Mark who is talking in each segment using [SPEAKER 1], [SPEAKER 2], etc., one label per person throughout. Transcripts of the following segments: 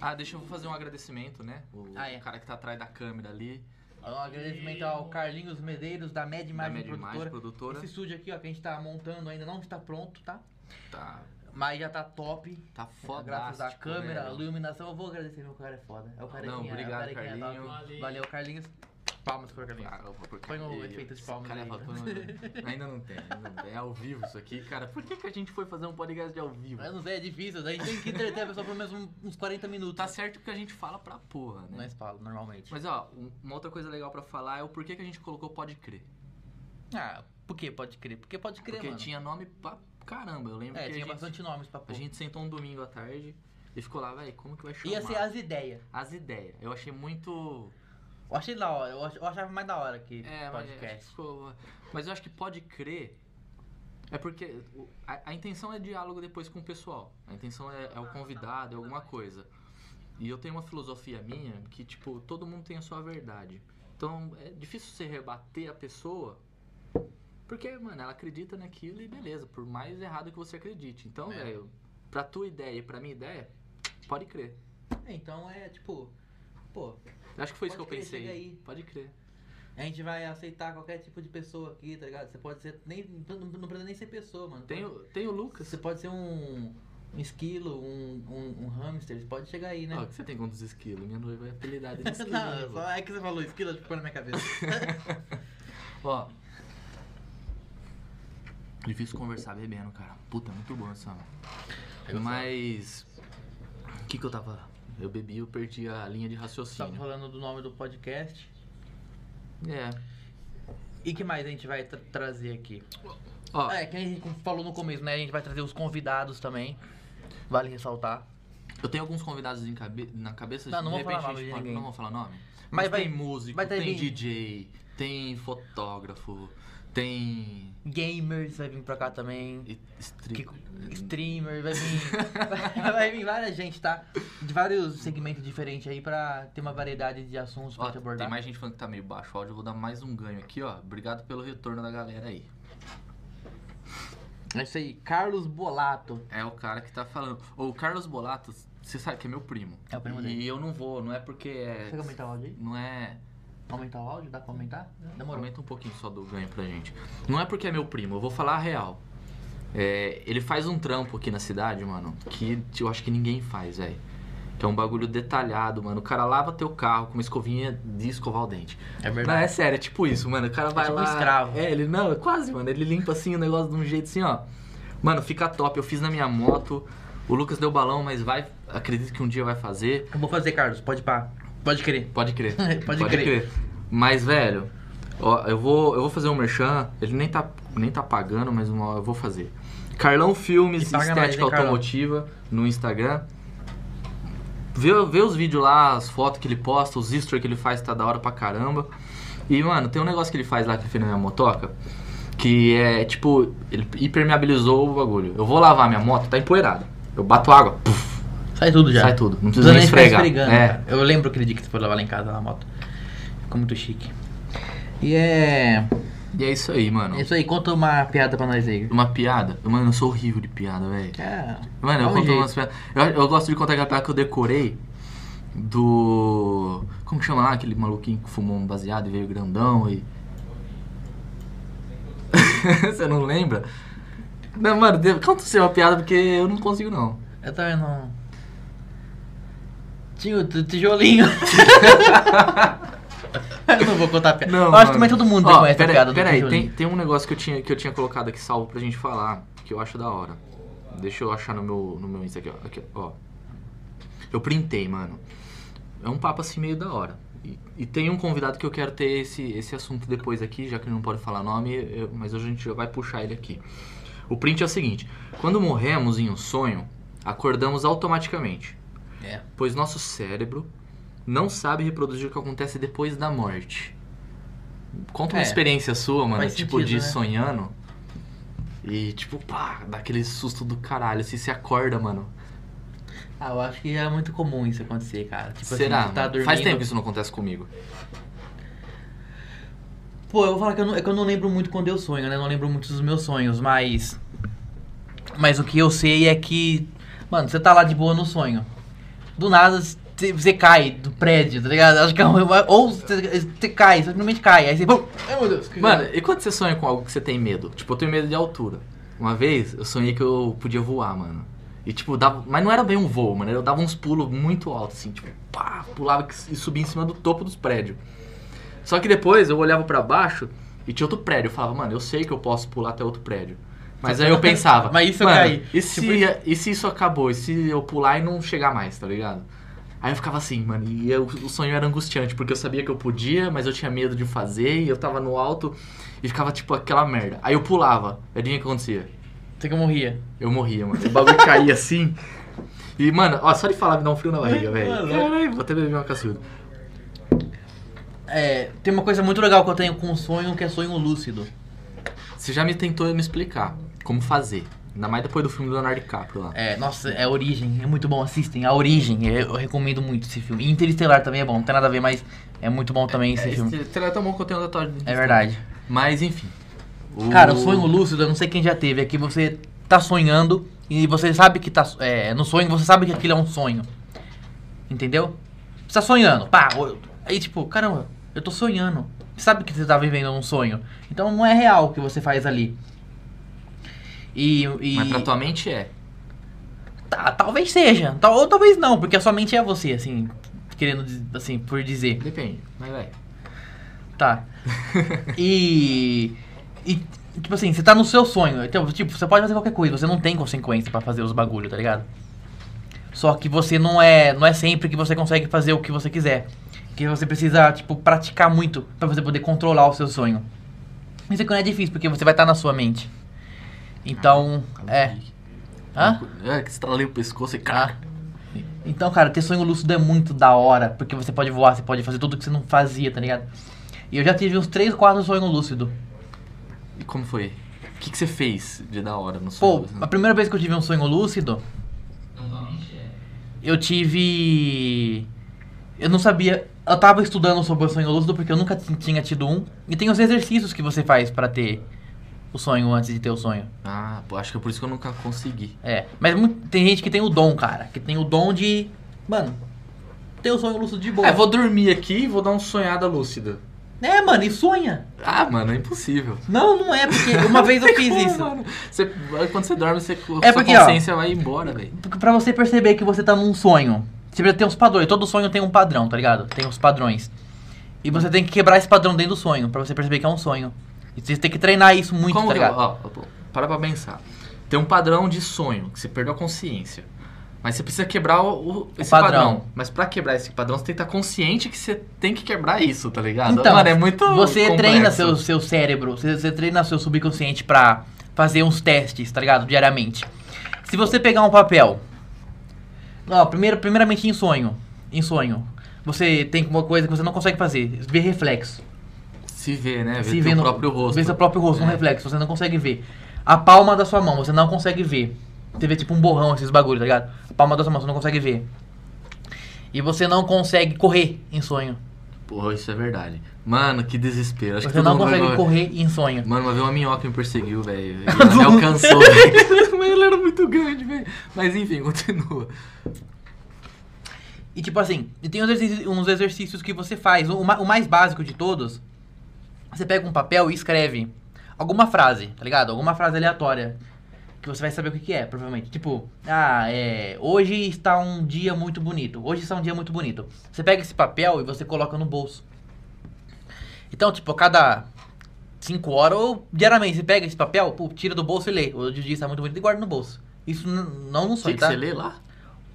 [SPEAKER 1] Ah, deixa eu fazer um agradecimento, né? O
[SPEAKER 2] Ah, é.
[SPEAKER 1] cara que tá atrás da câmera ali,
[SPEAKER 2] Um agradecimento ao Carlinhos Medeiros, da Mad
[SPEAKER 1] da
[SPEAKER 2] Imagem
[SPEAKER 1] Média Imagem
[SPEAKER 2] Produtora.
[SPEAKER 1] Produtora.
[SPEAKER 2] Esse estúdio aqui, ó, que a gente tá montando ainda, não está pronto, tá?
[SPEAKER 1] Tá,
[SPEAKER 2] Mas já tá top.
[SPEAKER 1] tá foda.
[SPEAKER 2] Graças à câmera, a iluminação. Eu vou agradecer, meu cara é foda. É o carequinha.
[SPEAKER 1] Não, obrigado,
[SPEAKER 2] é o carequinha top.
[SPEAKER 1] Carlinho.
[SPEAKER 3] Valeu.
[SPEAKER 2] Valeu, Carlinhos. Palmas pro Carlinhos.
[SPEAKER 1] Ah, porque
[SPEAKER 2] Põe o efeito de palmas
[SPEAKER 1] cara
[SPEAKER 2] aí.
[SPEAKER 1] fala, "Pô, ainda não tem, ainda não tem. É ao vivo isso aqui, cara. Por que, que a gente foi fazer um podcast de ao vivo?
[SPEAKER 2] Mas não sei, é difícil. A gente tem que entreter a pessoa pelo menos um- uns 40 minutos.
[SPEAKER 1] Tá certo que a gente fala pra porra, né?
[SPEAKER 2] Nós falo, normalmente.
[SPEAKER 1] Mas ó, um- uma outra coisa legal pra falar é o porquê que a gente colocou Pode Crer.
[SPEAKER 2] Ah, por que pode crer? Porque pode crer,
[SPEAKER 1] Porque
[SPEAKER 2] mano.
[SPEAKER 1] tinha nome pra caramba, eu lembro
[SPEAKER 2] é,
[SPEAKER 1] que
[SPEAKER 2] tinha
[SPEAKER 1] a, gente,
[SPEAKER 2] bastante nomes pra
[SPEAKER 1] a
[SPEAKER 2] pôr.
[SPEAKER 1] gente sentou um domingo à tarde e ficou lá, velho, como que vai chamar?
[SPEAKER 2] Ia ser as ideias.
[SPEAKER 1] As ideias. Eu achei muito.
[SPEAKER 2] Eu achei da hora, eu ach- eu achava mais da hora que
[SPEAKER 1] É, mas, acho que
[SPEAKER 2] podcast.
[SPEAKER 1] ficou- mas eu acho que pode crer. É porque o- a, a intenção é diálogo depois com o pessoal. A intenção é, é o convidado, é alguma coisa. E eu tenho uma filosofia minha que, tipo, todo mundo tem a sua verdade. Então é difícil você rebater a pessoa. Porque, mano, ela acredita naquilo e beleza, por mais errado que você acredite. Então,
[SPEAKER 2] É.
[SPEAKER 1] velho, pra tua ideia e pra minha ideia, pode crer.
[SPEAKER 2] Então é tipo, pô,
[SPEAKER 1] Eu acho que foi isso que eu
[SPEAKER 2] Pode crer,
[SPEAKER 1] pensei.
[SPEAKER 2] chega aí.
[SPEAKER 1] Pode crer.
[SPEAKER 2] a gente vai aceitar qualquer tipo de pessoa aqui, tá ligado? Você pode ser, nem, não não precisa nem ser pessoa, mano.
[SPEAKER 1] Tem o, tem o Lucas.
[SPEAKER 2] Você pode ser um, um esquilo, um, um, um hamster, você pode chegar aí, né?
[SPEAKER 1] Ó, o que você tem contra os esquilos? Minha noiva é apelidada de Ah, esquilo. né,
[SPEAKER 2] não,
[SPEAKER 1] vô?
[SPEAKER 2] só é que você falou esquilo, tipo, na minha cabeça.
[SPEAKER 1] Ó. Difícil conversar bebendo, cara. Puta, é muito bom essa. Mas. O que que eu tava. Eu bebi, eu perdi a linha de
[SPEAKER 2] Tava
[SPEAKER 1] raciocínio.
[SPEAKER 2] falando do nome do podcast.
[SPEAKER 1] É.
[SPEAKER 2] E que mais a gente vai tra- trazer aqui?
[SPEAKER 1] Ó,
[SPEAKER 2] É, que a gente falou no começo, né? A gente vai trazer os convidados também. Vale ressaltar.
[SPEAKER 1] eu tenho alguns convidados em cabe- na cabeça.
[SPEAKER 2] Não, não
[SPEAKER 1] de
[SPEAKER 2] vou
[SPEAKER 1] repente
[SPEAKER 2] falar
[SPEAKER 1] a
[SPEAKER 2] nome
[SPEAKER 1] gente
[SPEAKER 2] de
[SPEAKER 1] pode-
[SPEAKER 2] ninguém.
[SPEAKER 1] Não vou falar nome. Mas,
[SPEAKER 2] Mas vai-
[SPEAKER 1] tem músico,
[SPEAKER 2] vai ter
[SPEAKER 1] tem
[SPEAKER 2] vinho.
[SPEAKER 1] DJ, tem fotógrafo, tem.
[SPEAKER 2] Gamers vai vir pra cá também.
[SPEAKER 1] e-
[SPEAKER 2] Que-
[SPEAKER 1] stri-
[SPEAKER 2] streamer, vai vir. vai vir várias gente, tá? De vários segmentos diferentes aí pra ter uma variedade de assuntos pra
[SPEAKER 1] Ó,
[SPEAKER 2] te
[SPEAKER 1] tem
[SPEAKER 2] abordar.
[SPEAKER 1] mais gente falando que tá meio baixo o áudio, eu vou dar mais um ganho aqui, ó. Obrigado pelo retorno da galera aí.
[SPEAKER 2] É isso aí, Carlos Bolato.
[SPEAKER 1] É o cara que tá falando. O Carlos Bolato, você sabe que é meu primo.
[SPEAKER 2] É o primo
[SPEAKER 1] e
[SPEAKER 2] dele.
[SPEAKER 1] eu não vou, não é porque é.
[SPEAKER 2] Consegue aumentar o áudio aí?
[SPEAKER 1] Não é.
[SPEAKER 2] Aumentar o áudio? Dá pra aumentar? Demorou.
[SPEAKER 1] Aumenta um pouquinho só do ganho pra gente. Não é porque é meu primo, eu vou falar a real. É, ele faz um trampo aqui na cidade, mano, que eu acho que ninguém faz, velho. Que é um bagulho detalhado, mano. O cara lava teu carro com uma escovinha de escovar o dente.
[SPEAKER 2] É
[SPEAKER 1] Não, é sério, é tipo isso, mano. O cara vai
[SPEAKER 2] tipo
[SPEAKER 1] lá.
[SPEAKER 2] um escravo.
[SPEAKER 1] É, ele não, é quase, mano. Ele limpa assim o negócio de um jeito assim, ó. Mano, fica top. Eu fiz na minha moto. O Lucas deu balão, mas vai. Acredito que um dia vai fazer.
[SPEAKER 2] Eu vou fazer, Carlos, pode pá. Pode crer.
[SPEAKER 1] Pode crer.
[SPEAKER 2] Pode crer.
[SPEAKER 1] Mas, velho, ó, eu vou, eu vou fazer um merchan. Ele nem tá, nem tá pagando, mas uma, hora eu vou fazer. Carlão Filmes
[SPEAKER 2] E paga
[SPEAKER 1] Estética
[SPEAKER 2] mais, hein, Carlão?
[SPEAKER 1] Automotiva no Instagram. Vê, vê os vídeos lá, as fotos que ele posta, os stories que ele faz, tá da hora pra caramba. E, mano, tem um negócio que ele faz lá que ele fez na minha motoca, que é, tipo, ele hipermeabilizou o bagulho. Eu vou lavar minha moto, tá empoeirada. Eu bato água, puf,
[SPEAKER 2] Sai tudo já.
[SPEAKER 1] sai tudo. Não
[SPEAKER 2] Não
[SPEAKER 1] precisa nem
[SPEAKER 2] ficar
[SPEAKER 1] esfregar.
[SPEAKER 2] esfregando,
[SPEAKER 1] É,
[SPEAKER 2] cara. Eu lembro aquele dia que você foi lavar lá em casa na moto. Ficou muito chique. E é.
[SPEAKER 1] e é isso aí, mano.
[SPEAKER 2] É isso aí, conta uma piada pra nós aí.
[SPEAKER 1] Uma piada? Mano, eu sou horrível de piada, velho.
[SPEAKER 2] É.
[SPEAKER 1] Mano,
[SPEAKER 2] dá
[SPEAKER 1] eu
[SPEAKER 2] um
[SPEAKER 1] conto
[SPEAKER 2] jeito.
[SPEAKER 1] umas piadas. Eu, eu gosto de contar aquela piada que eu decorei do. Como que chama lá? Aquele maluquinho que fumou um baseado e veio grandão e. Você não lembra? Não, mano, de- conta você uma piada porque eu não consigo não.
[SPEAKER 2] Eu também não. Tinha o t- tijolinho. eu não vou contar a piada.
[SPEAKER 1] Não,
[SPEAKER 2] eu acho
[SPEAKER 1] mano.
[SPEAKER 2] que também todo mundo
[SPEAKER 1] Ó,
[SPEAKER 2] conhece
[SPEAKER 1] pera,
[SPEAKER 2] a piada do
[SPEAKER 1] pera aí, tem,
[SPEAKER 2] tijolinho.
[SPEAKER 1] tem um negócio que eu, tinha, que eu tinha colocado aqui salvo pra gente falar, que eu acho da hora. Deixa eu achar no meu, no meu Insta aqui, ó. Aqui, ó. Eu printei, mano. É um papo assim meio da hora. E, e tem um convidado que eu quero ter esse, esse assunto depois aqui, já que ele não pode falar nome, eu- mas hoje a gente já vai puxar ele aqui. O print é o seguinte: quando morremos em um sonho, acordamos automaticamente,
[SPEAKER 2] É.
[SPEAKER 1] pois nosso cérebro não sabe reproduzir o que acontece depois da morte. Conta uma
[SPEAKER 2] É.
[SPEAKER 1] experiência sua, mano,
[SPEAKER 2] Faz
[SPEAKER 1] tipo
[SPEAKER 2] sentido,
[SPEAKER 1] de
[SPEAKER 2] né?
[SPEAKER 1] sonhando. E tipo, pá, dá aquele susto do caralho, assim, você acorda, mano.
[SPEAKER 2] Ah, eu acho que é muito comum isso acontecer, cara. Tipo
[SPEAKER 1] Será?
[SPEAKER 2] assim, você tá
[SPEAKER 1] mano?
[SPEAKER 2] dormindo.
[SPEAKER 1] Faz tempo que isso não acontece comigo.
[SPEAKER 2] Pô, eu vou falar que eu não, é que eu não lembro muito quando eu sonho, né? Eu não lembro muito dos meus sonhos, mas. Mas o que eu sei é que. Mano, você tá lá de boa no sonho. do nada você- você cai do prédio, tá ligado? Acho que é uma, ou você você cai, você simplesmente cai, aí você. Bum! Ai meu Deus, que
[SPEAKER 1] Mano, e quando você sonha com algo que você tem medo? Tipo, eu tenho medo de altura. Uma vez eu sonhei que eu podia voar, mano. E tipo, dava. Mas não era bem um voo, mano. Eu dava uns pulos muito altos, assim, tipo, pá, pulava e subia em cima do topo dos prédios. Só que depois eu olhava pra baixo e tinha outro prédio. Eu falava, mano, eu sei que eu posso pular até outro prédio. Mas aí eu pensava.
[SPEAKER 2] Mas isso eu
[SPEAKER 1] mano,
[SPEAKER 2] caí.
[SPEAKER 1] E se,
[SPEAKER 2] Tipo,
[SPEAKER 1] e se isso acabou? E se eu pular e não chegar mais, tá ligado? Aí eu ficava assim, mano, e eu- o sonho era angustiante, porque eu sabia que eu podia, mas eu tinha medo de fazer, e eu tava no alto, e ficava tipo aquela merda. Aí eu pulava, adivinha o que acontecia?
[SPEAKER 2] Você que eu morria.
[SPEAKER 1] Eu morria, mano. O bagulho caía assim. E, mano, ó, só de falar me dá um frio na barriga, velho.
[SPEAKER 2] É, Mano.
[SPEAKER 1] Caralho, vou até beber uma caçuda.
[SPEAKER 2] É, tem uma coisa muito legal que eu tenho com sonho, que é sonho lúcido.
[SPEAKER 1] Você já me tentou me explicar como fazer. Ainda mais depois do filme do Leonardo DiCaprio lá.
[SPEAKER 2] É, nossa, é a Origem, é muito bom, assistem. A Origem, é- eu recomendo muito esse filme. Interestelar também é bom, não tem nada a ver, mas é muito bom também esse filme.
[SPEAKER 1] esse trailer é tão bom que eu tenho uma tatuagem.
[SPEAKER 2] É verdade.
[SPEAKER 1] Mas, enfim. O-
[SPEAKER 2] Cara, o sonho lúcido, eu não sei quem já teve, é que você tá sonhando e você sabe que tá. É, no sonho, você sabe que aquilo é um sonho. Entendeu? Você tá sonhando, pá. o- Aí tipo, caramba, eu tô sonhando. Você sabe que você tá vivendo um sonho. Então não é real o que você faz ali. E. e
[SPEAKER 1] Mas pra tua mente é.
[SPEAKER 2] tá, talvez seja. tal- ou talvez não, porque a sua mente é você, assim. Querendo, diz- assim, por dizer.
[SPEAKER 1] Depende, mas vai.
[SPEAKER 2] Tá. E. E, tipo assim, você tá no seu sonho. Então, tipo, você pode fazer qualquer coisa, você não tem consequência pra fazer os bagulho, tá ligado? Só que você não é. Não é sempre que você consegue fazer o que você quiser. Que você precisa, tipo, praticar muito pra você poder controlar o seu sonho. Isso é que não é difícil, porque você vai estar na sua mente. Então,
[SPEAKER 1] Ah,
[SPEAKER 2] é. Hã?
[SPEAKER 1] É, que estralei o pescoço e
[SPEAKER 2] Ah.
[SPEAKER 1] caraca.
[SPEAKER 2] Então, cara, ter sonho lúcido é muito da hora, porque você pode voar, você pode fazer tudo que você não fazia, tá ligado? E eu já tive uns 3, 4 sonhos lúcidos.
[SPEAKER 1] E como foi? O que, que você fez de da hora no
[SPEAKER 2] Pô,
[SPEAKER 1] sonho?
[SPEAKER 2] a primeira vez que eu tive um sonho lúcido. Eu tive. Eu não sabia. Eu tava estudando sobre o sonho lúcido porque eu nunca t- tinha tido um. E tem os exercícios que você faz pra ter o sonho antes de ter o sonho.
[SPEAKER 1] Ah, pô, acho que é por isso que eu nunca consegui.
[SPEAKER 2] É. Mas mu- tem gente que tem o dom, cara. Que tem o dom de. Mano, ter o sonho lúcido de boa.
[SPEAKER 1] Ah, vou dormir aqui e vou dar uma sonhada lúcida.
[SPEAKER 2] É, mano, e sonha.
[SPEAKER 1] Ah, mano, é impossível.
[SPEAKER 2] Não, não é, porque uma vez eu fiz
[SPEAKER 1] Como,
[SPEAKER 2] isso.
[SPEAKER 1] mano? Você- quando você dorme, você,
[SPEAKER 2] É
[SPEAKER 1] sua
[SPEAKER 2] porque, ó,
[SPEAKER 1] consciência vai embora, velho.
[SPEAKER 2] Porque Pra você perceber que você tá num sonho. Você precisa ter uns padrões. Todo sonho tem um padrão, tá ligado? Tem uns padrões. E você tem que quebrar esse padrão dentro do sonho, pra você perceber que é um sonho. E você tem que treinar isso muito,
[SPEAKER 1] Como
[SPEAKER 2] tá
[SPEAKER 1] que eu,
[SPEAKER 2] ligado?
[SPEAKER 1] ó, ó, pô, para pra pensar. Tem um padrão de sonho, que você perdeu a consciência. Mas você precisa quebrar o, o- esse
[SPEAKER 2] padrão.
[SPEAKER 1] padrão. Mas pra quebrar esse padrão, você tem que estar consciente que você tem que quebrar isso, tá ligado?
[SPEAKER 2] Então,
[SPEAKER 1] Mano, é muito
[SPEAKER 2] Você
[SPEAKER 1] complexo.
[SPEAKER 2] treina seu, seu cérebro, você, você treina seu subconsciente pra fazer uns testes, tá ligado? Diariamente. Se você pegar um papel. Ó, primeiro, primeiramente em sonho. Em sonho. Você tem uma coisa que você não consegue fazer, ver reflexo.
[SPEAKER 1] Se vê, né? Vê
[SPEAKER 2] Se
[SPEAKER 1] teu
[SPEAKER 2] vê no-
[SPEAKER 1] próprio rosto.
[SPEAKER 2] Vê seu próprio rosto, um
[SPEAKER 1] É.
[SPEAKER 2] reflexo, você não consegue ver. A palma da sua mão, você não consegue ver. Você vê tipo um borrão, esses bagulho, tá ligado? A palma da sua mão, você não consegue ver. E você não consegue correr em sonho.
[SPEAKER 1] Porra, isso é verdade. Mano, que desespero. Acho que
[SPEAKER 2] você
[SPEAKER 1] todo
[SPEAKER 2] não
[SPEAKER 1] mundo vai
[SPEAKER 2] consegue
[SPEAKER 1] agora-
[SPEAKER 2] correr em sonho.
[SPEAKER 1] Mano, uma vez uma minhoca me perseguiu, velho. E ela me alcançou, velho. Mas ela era muito grande, velho. Mas enfim, continua.
[SPEAKER 2] E tipo assim, e tem uns exercícios, uns exercícios que você faz. O, ma- o mais básico de todos, você pega um papel e escreve alguma frase, tá ligado? Alguma frase aleatória. Que você vai saber o que, que é, provavelmente. Tipo, ah, é. Hoje está um dia muito bonito. Hoje está um dia muito bonito. Você pega esse papel e você coloca no bolso. Então, tipo, a cada cinco horas, ou diariamente, você pega esse papel, pô, tira do bolso e lê. Hoje o dia está muito bonito e guarda no bolso. Isso n- não no
[SPEAKER 1] O que,
[SPEAKER 2] sonho,
[SPEAKER 1] que
[SPEAKER 2] tá?
[SPEAKER 1] você lê lá?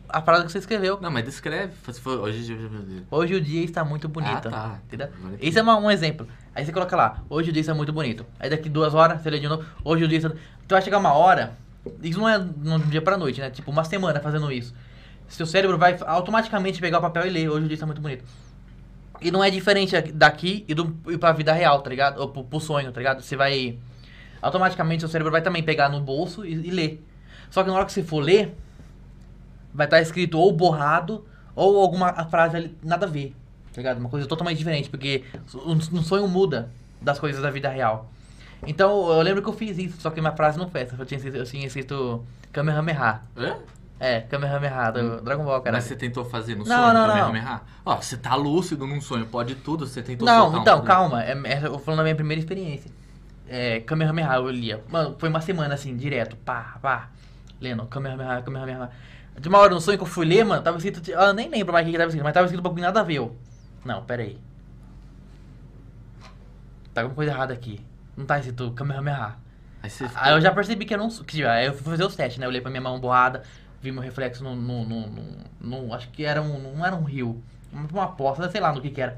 [SPEAKER 2] A frase que você escreveu.
[SPEAKER 1] Não, mas descreve. Se for- Hoje... hoje-
[SPEAKER 2] Hoje o dia está muito bonito.
[SPEAKER 1] Ah, tá.
[SPEAKER 2] Entendeu?
[SPEAKER 1] Agora que-
[SPEAKER 2] Esse é uma- um exemplo. Aí você coloca lá, hoje o dia está muito bonito. Aí daqui duas horas, você lê de novo, hoje o dia está... Tu vai chegar uma hora, isso não é de um dia pra noite, né? Tipo, uma semana fazendo isso. Seu cérebro vai automaticamente pegar o papel e ler, hoje o dia está muito bonito. E não é diferente daqui e, do, e pra vida real, tá ligado? Ou pro, pro sonho, tá ligado? Você vai... Automaticamente seu cérebro vai também pegar no bolso e, e ler. Só que na hora que você for ler, vai estar escrito ou borrado, ou alguma frase ali, nada a ver. Tá ligado? Uma coisa totalmente diferente, porque o- no sonho muda das coisas da vida real. Então, eu lembro que eu fiz isso, só que minha frase não foi essa. Eu tinha escrito, eu tinha escrito Kamehameha.
[SPEAKER 1] Hã?
[SPEAKER 2] É, Kamehameha, do Dragon Ball, cara.
[SPEAKER 1] Mas você tentou fazer no
[SPEAKER 2] Não,
[SPEAKER 1] sonho
[SPEAKER 2] não, não.
[SPEAKER 1] Kamehameha? Ó, você tá lúcido num sonho, pode tudo, você tentou
[SPEAKER 2] Não,
[SPEAKER 1] soltar um-
[SPEAKER 2] então, calma. É, é, eu tô falando da minha primeira experiência. É, Kamehameha, eu lia. Mano, foi uma semana assim, direto. Pá, pá. Lendo, Kamehameha, Kamehameha. De uma hora no sonho que eu fui ler, mano, tava escrito. de- ah, Eu nem lembro mais o que que tava escrito, mas tava escrito um bagulho nada a ver. eu. Não, pera aí. Tá alguma coisa errada aqui. Não tá escrito Kamehameha.
[SPEAKER 1] Aí você ficou-
[SPEAKER 2] Aí Ah, eu já percebi que era um. su- Que, aí eu fui fazer os testes, né? Eu olhei pra minha mão borrada, vi meu reflexo num. num, num, num- num- acho que era um. Não era um rio. uma- Uma poça, sei lá no que que era.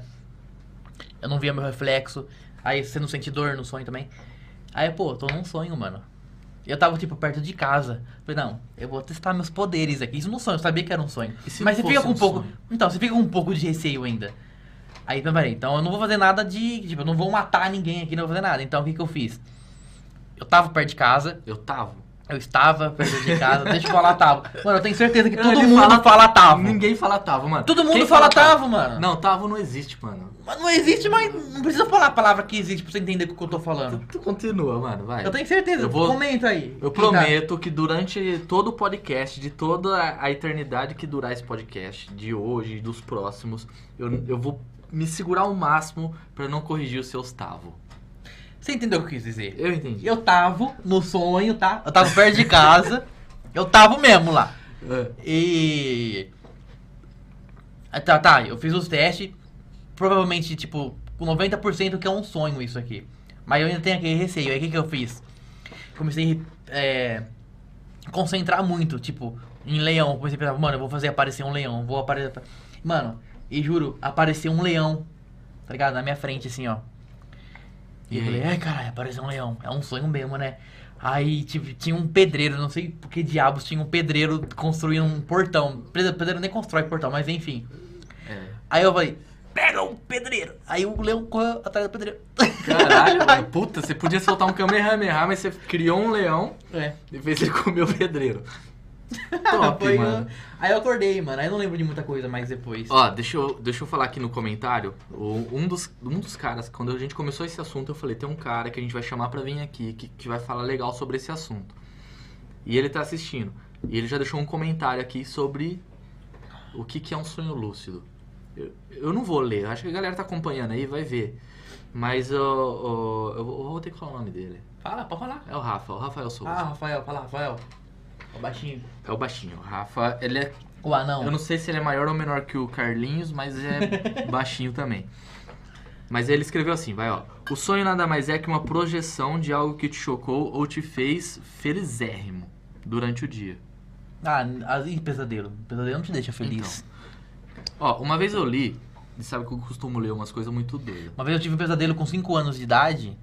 [SPEAKER 2] Eu não via meu reflexo. Aí você não sente dor no sonho também. Aí, pô, tô num sonho, mano. Eu tava, tipo, perto de casa. Falei, não, eu vou testar meus poderes aqui. Isso num sonho, eu sabia que era um sonho.
[SPEAKER 1] E se
[SPEAKER 2] Mas você
[SPEAKER 1] não
[SPEAKER 2] fica
[SPEAKER 1] fosse
[SPEAKER 2] com um
[SPEAKER 1] um
[SPEAKER 2] pouco.
[SPEAKER 1] sonho?
[SPEAKER 2] Então, você fica com um pouco de receio ainda. Aí, então, peraí, então eu não vou fazer nada de. Tipo, eu não vou matar ninguém aqui, não vou fazer nada. Então, o que que eu fiz? Eu tava perto de casa,
[SPEAKER 1] Eu tava.
[SPEAKER 2] eu estava perto de casa, deixa eu falar tava. Mano, eu tenho certeza que todo
[SPEAKER 1] É, Ele
[SPEAKER 2] mundo fala, tava.
[SPEAKER 1] Ninguém fala tava, mano.
[SPEAKER 2] Todo mundo
[SPEAKER 1] Quem
[SPEAKER 2] fala tava, mano.
[SPEAKER 1] Não, tava não existe, mano.
[SPEAKER 2] Mas não existe, mas não precisa falar a palavra que existe pra você entender o que eu tô
[SPEAKER 1] Tu,
[SPEAKER 2] falando.
[SPEAKER 1] tu continua, mano, vai.
[SPEAKER 2] Eu tenho certeza,
[SPEAKER 1] Eu vou-
[SPEAKER 2] comenta aí.
[SPEAKER 1] Eu
[SPEAKER 2] Quem tá-
[SPEAKER 1] prometo que durante todo o podcast, de toda a- a eternidade que durar esse podcast, de hoje e dos próximos, eu, eu vou me segurar ao máximo pra não corrigir os seus tavo.
[SPEAKER 2] Você entendeu o que eu quis dizer?
[SPEAKER 1] Eu entendi.
[SPEAKER 2] Eu tava no sonho, tá? Eu tava perto de casa. eu tava mesmo lá.
[SPEAKER 1] É.
[SPEAKER 2] E. Ah, Tá, tá, eu fiz os testes. Provavelmente, tipo, com 90% que é um sonho isso aqui. Mas eu ainda tenho aquele receio. Aí o que, que eu fiz? Comecei a concentrar muito, tipo, em leão. Comecei a pensar, mano, eu vou fazer aparecer um leão. Vou aparecer. Mano, e juro, apareceu um leão, tá ligado? Na minha frente, assim, ó. E
[SPEAKER 1] E
[SPEAKER 2] eu
[SPEAKER 1] aí?
[SPEAKER 2] falei, é, caralho, apareceu um leão. É um sonho mesmo, né? Aí tipo, tinha um pedreiro, não sei por que diabos tinha um pedreiro construindo um portão. Pedre- Pedreiro nem constrói portão, mas enfim.
[SPEAKER 1] É.
[SPEAKER 2] Aí eu falei, pega o pedreiro! Aí o leão correu atrás do pedreiro.
[SPEAKER 1] Caralho, mano. Puta, você podia soltar um Kamehameha, mas você criou um leão
[SPEAKER 2] É.
[SPEAKER 1] e fez ele comer o pedreiro. Top,
[SPEAKER 2] Foi,
[SPEAKER 1] mano.
[SPEAKER 2] Aí eu acordei, mano. Aí eu não lembro de muita coisa mais depois.
[SPEAKER 1] Ó, deixa eu, deixa eu falar aqui no comentário. O- um, dos, um dos caras, quando a gente começou esse assunto, eu falei: tem um cara que a gente vai chamar pra vir aqui, que, que vai falar legal sobre esse assunto. E ele tá assistindo. E ele já deixou um comentário aqui sobre o que, que é um sonho lúcido. Eu, eu não vou ler, acho que a galera tá acompanhando aí, vai ver. Mas ó, ó, eu, vou- eu vou ter que falar o nome dele.
[SPEAKER 2] Fala, pode falar.
[SPEAKER 1] É o Rafa, o Rafael Souza.
[SPEAKER 2] Ah, Rafael, fala, Rafael. O baixinho.
[SPEAKER 1] É o baixinho. O Rafa, ele é
[SPEAKER 2] O anão.
[SPEAKER 1] Eu não sei se ele é maior ou menor que o Carlinhos, mas é baixinho também. Mas ele escreveu assim, vai ó. O sonho nada mais é que uma projeção de algo que te chocou ou te fez felizérrimo durante o dia.
[SPEAKER 2] Ah, as- ih, pesadelo. Pesadelo não te deixa feliz.
[SPEAKER 1] Então. Ó, uma vez eu li, e sabe que eu costumo ler umas coisas muito doidas.
[SPEAKER 2] Uma vez eu tive um pesadelo com 5 anos de idade.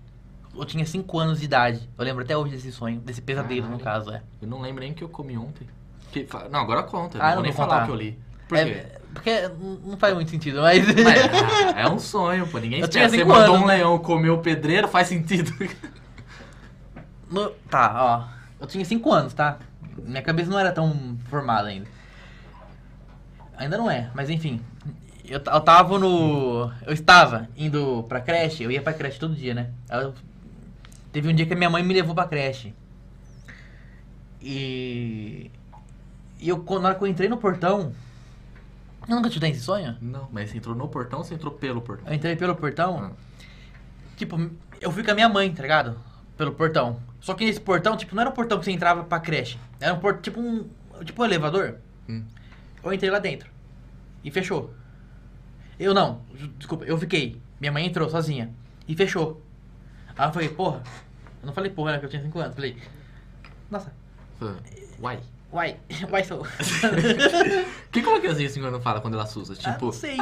[SPEAKER 2] Eu tinha 5 anos de idade. Eu lembro até hoje desse sonho, desse pesadelo, no
[SPEAKER 1] Caralho.
[SPEAKER 2] caso, é.
[SPEAKER 1] Eu não lembro nem o que eu comi ontem. Que fa- não, agora conta. eu
[SPEAKER 2] Ah,
[SPEAKER 1] não vou
[SPEAKER 2] eu não
[SPEAKER 1] nem
[SPEAKER 2] vou
[SPEAKER 1] falar o
[SPEAKER 2] contar.
[SPEAKER 1] que eu li. Por
[SPEAKER 2] é,
[SPEAKER 1] quê?
[SPEAKER 2] Porque não não faz muito sentido, mas.
[SPEAKER 1] Mas, ah, é um sonho, pô. Ninguém
[SPEAKER 2] Eu
[SPEAKER 1] espera.
[SPEAKER 2] tinha
[SPEAKER 1] Você
[SPEAKER 2] cinco
[SPEAKER 1] mandou
[SPEAKER 2] anos,
[SPEAKER 1] um
[SPEAKER 2] né?
[SPEAKER 1] leão comer o pedreiro, faz sentido.
[SPEAKER 2] No- tá, ó. Eu tinha 5 anos, tá? Minha cabeça não era tão formada ainda. Ainda não é, mas enfim. Eu, ta- eu tava no. Eu estava indo pra creche, eu ia pra creche todo dia, né? Aí eu- teve um dia que a minha mãe me levou pra creche. E. E eu, quando- na hora que eu entrei no portão. Eu nunca te dei esse sonho?
[SPEAKER 1] não, mas você entrou no portão ou você entrou pelo portão?
[SPEAKER 2] Eu entrei pelo portão.
[SPEAKER 1] Ah.
[SPEAKER 2] Tipo, eu fui com a minha mãe, tá ligado? Pelo portão. Só que nesse portão, tipo, não era um portão que você entrava pra creche. Era um portão, tipo um. Tipo um elevador.
[SPEAKER 1] Hum.
[SPEAKER 2] Eu entrei lá dentro. E fechou. Eu não, ju- desculpa, eu fiquei. Minha mãe entrou sozinha. E fechou. Aí eu falei, porra. Eu não falei porra, né? Que eu tinha 5 anos. Falei. Nossa,
[SPEAKER 1] Uai.
[SPEAKER 2] uai, uai sou.
[SPEAKER 1] Que como é que às vezes quando fala quando ela assusta?
[SPEAKER 2] Ah,
[SPEAKER 1] Tipo,
[SPEAKER 2] não sei.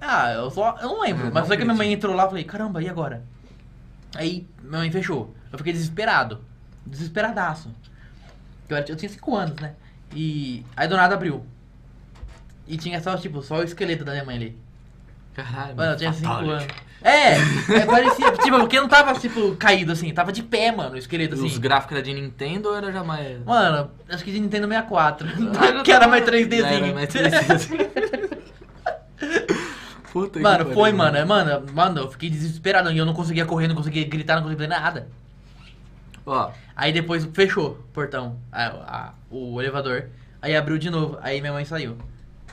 [SPEAKER 2] Ah, eu só. Eu não lembro.
[SPEAKER 1] Ah,
[SPEAKER 2] mas
[SPEAKER 1] não
[SPEAKER 2] só que a minha mãe
[SPEAKER 1] acredito.
[SPEAKER 2] entrou lá e falei, caramba, e agora? Aí minha mãe fechou. Eu fiquei desesperado. Desesperadaço. Eu, era- eu tinha 5 anos, né? E. Aí do nada abriu. E tinha só, tipo, só o esqueleto da minha mãe ali.
[SPEAKER 1] caralho. tá
[SPEAKER 2] Mano, eu tinha 5
[SPEAKER 1] fatality.
[SPEAKER 2] anos. É, é, parecia, tipo, porque não tava, tipo, caído assim, tava de pé, mano, o esqueleto
[SPEAKER 1] Os
[SPEAKER 2] assim.
[SPEAKER 1] gráficos era de Nintendo ou era jamais.
[SPEAKER 2] Mano, acho que de Nintendo 64.
[SPEAKER 1] Ah,
[SPEAKER 2] que era
[SPEAKER 1] tava-
[SPEAKER 2] mais
[SPEAKER 1] Já Era mais
[SPEAKER 2] 3Dzinho.
[SPEAKER 1] 3Dzinho. Puta que
[SPEAKER 2] Mano,
[SPEAKER 1] pariu.
[SPEAKER 2] foi, mano. é, Mano, mano, eu fiquei desesperado. E eu não conseguia correr, não conseguia gritar, não conseguia fazer nada.
[SPEAKER 1] Ó,
[SPEAKER 2] Aí depois fechou o portão, a- a- o elevador. Aí abriu de novo, aí minha mãe saiu.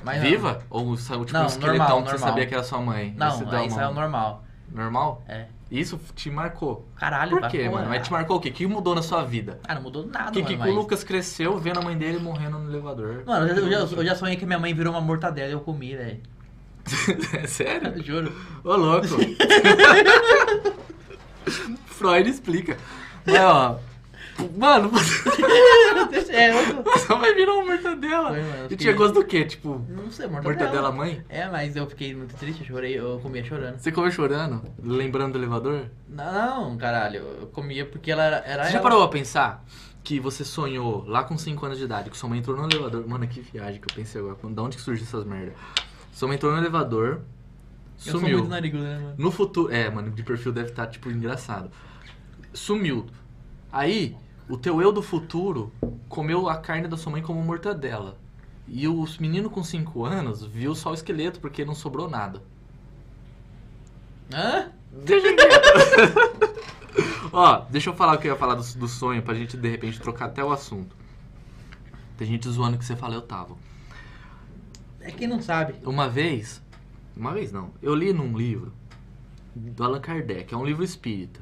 [SPEAKER 2] Mas não.
[SPEAKER 1] Viva? Ou saiu tipo
[SPEAKER 2] Não,
[SPEAKER 1] um esqueletão
[SPEAKER 2] normal,
[SPEAKER 1] que você
[SPEAKER 2] normal.
[SPEAKER 1] sabia que era sua mãe? Você
[SPEAKER 2] Não, é
[SPEAKER 1] dá
[SPEAKER 2] aí
[SPEAKER 1] uma-
[SPEAKER 2] saiu normal.
[SPEAKER 1] Normal?
[SPEAKER 2] É.
[SPEAKER 1] Isso te marcou.
[SPEAKER 2] Caralho,
[SPEAKER 1] Por
[SPEAKER 2] cara,
[SPEAKER 1] quê,
[SPEAKER 2] pô,
[SPEAKER 1] mano?
[SPEAKER 2] ah,
[SPEAKER 1] Mas te marcou o quê? O que mudou na sua vida?
[SPEAKER 2] Ah, não mudou nada,
[SPEAKER 1] O que,
[SPEAKER 2] mano.
[SPEAKER 1] que
[SPEAKER 2] mas-
[SPEAKER 1] o Lucas cresceu vendo a mãe dele morrendo no elevador?
[SPEAKER 2] Mano, eu já, eu já- eu já sonhei que minha mãe virou uma mortadela e eu comi, velho.
[SPEAKER 1] É Sério?
[SPEAKER 2] Juro.
[SPEAKER 1] Ô, louco. Freud explica. Mas, ó... Mano, você
[SPEAKER 2] é, eu
[SPEAKER 1] só vai virar uma mortadela.
[SPEAKER 2] Foi, mano, eu
[SPEAKER 1] e
[SPEAKER 2] fiquei-
[SPEAKER 1] tinha gosto do quê? Tipo,
[SPEAKER 2] não sei, mortadela.
[SPEAKER 1] mortadela mãe?
[SPEAKER 2] É, mas eu fiquei muito triste, eu chorei, eu comia chorando.
[SPEAKER 1] Você comeu chorando? Lembrando do elevador?
[SPEAKER 2] Não, não, caralho, eu comia porque ela era. era
[SPEAKER 1] Você já
[SPEAKER 2] ela.
[SPEAKER 1] parou a pensar que você sonhou lá com 5 anos de idade, que sua mãe entrou no elevador. Mano, que viagem que eu pensei agora. quando- Da onde que surgiu essas merda? Sua mãe entrou no elevador,
[SPEAKER 2] Eu sou
[SPEAKER 1] sumiu.
[SPEAKER 2] muito narigudo, né, mano?
[SPEAKER 1] No futuro. É, mano, de perfil deve estar, tipo, engraçado. Sumiu. Aí, o teu eu do futuro comeu a carne da sua mãe como mortadela. E os menino com 5 anos viu só o esqueleto porque não sobrou nada.
[SPEAKER 2] Hã?
[SPEAKER 1] Deixa quieto. Ó, deixa eu falar o que eu ia falar do, do sonho pra gente de repente trocar até o assunto. Tem gente zoando que você fala, eu tava.
[SPEAKER 2] É quem não sabe.
[SPEAKER 1] Uma vez, uma vez não, eu li num livro do Allan Kardec, é um livro espírita.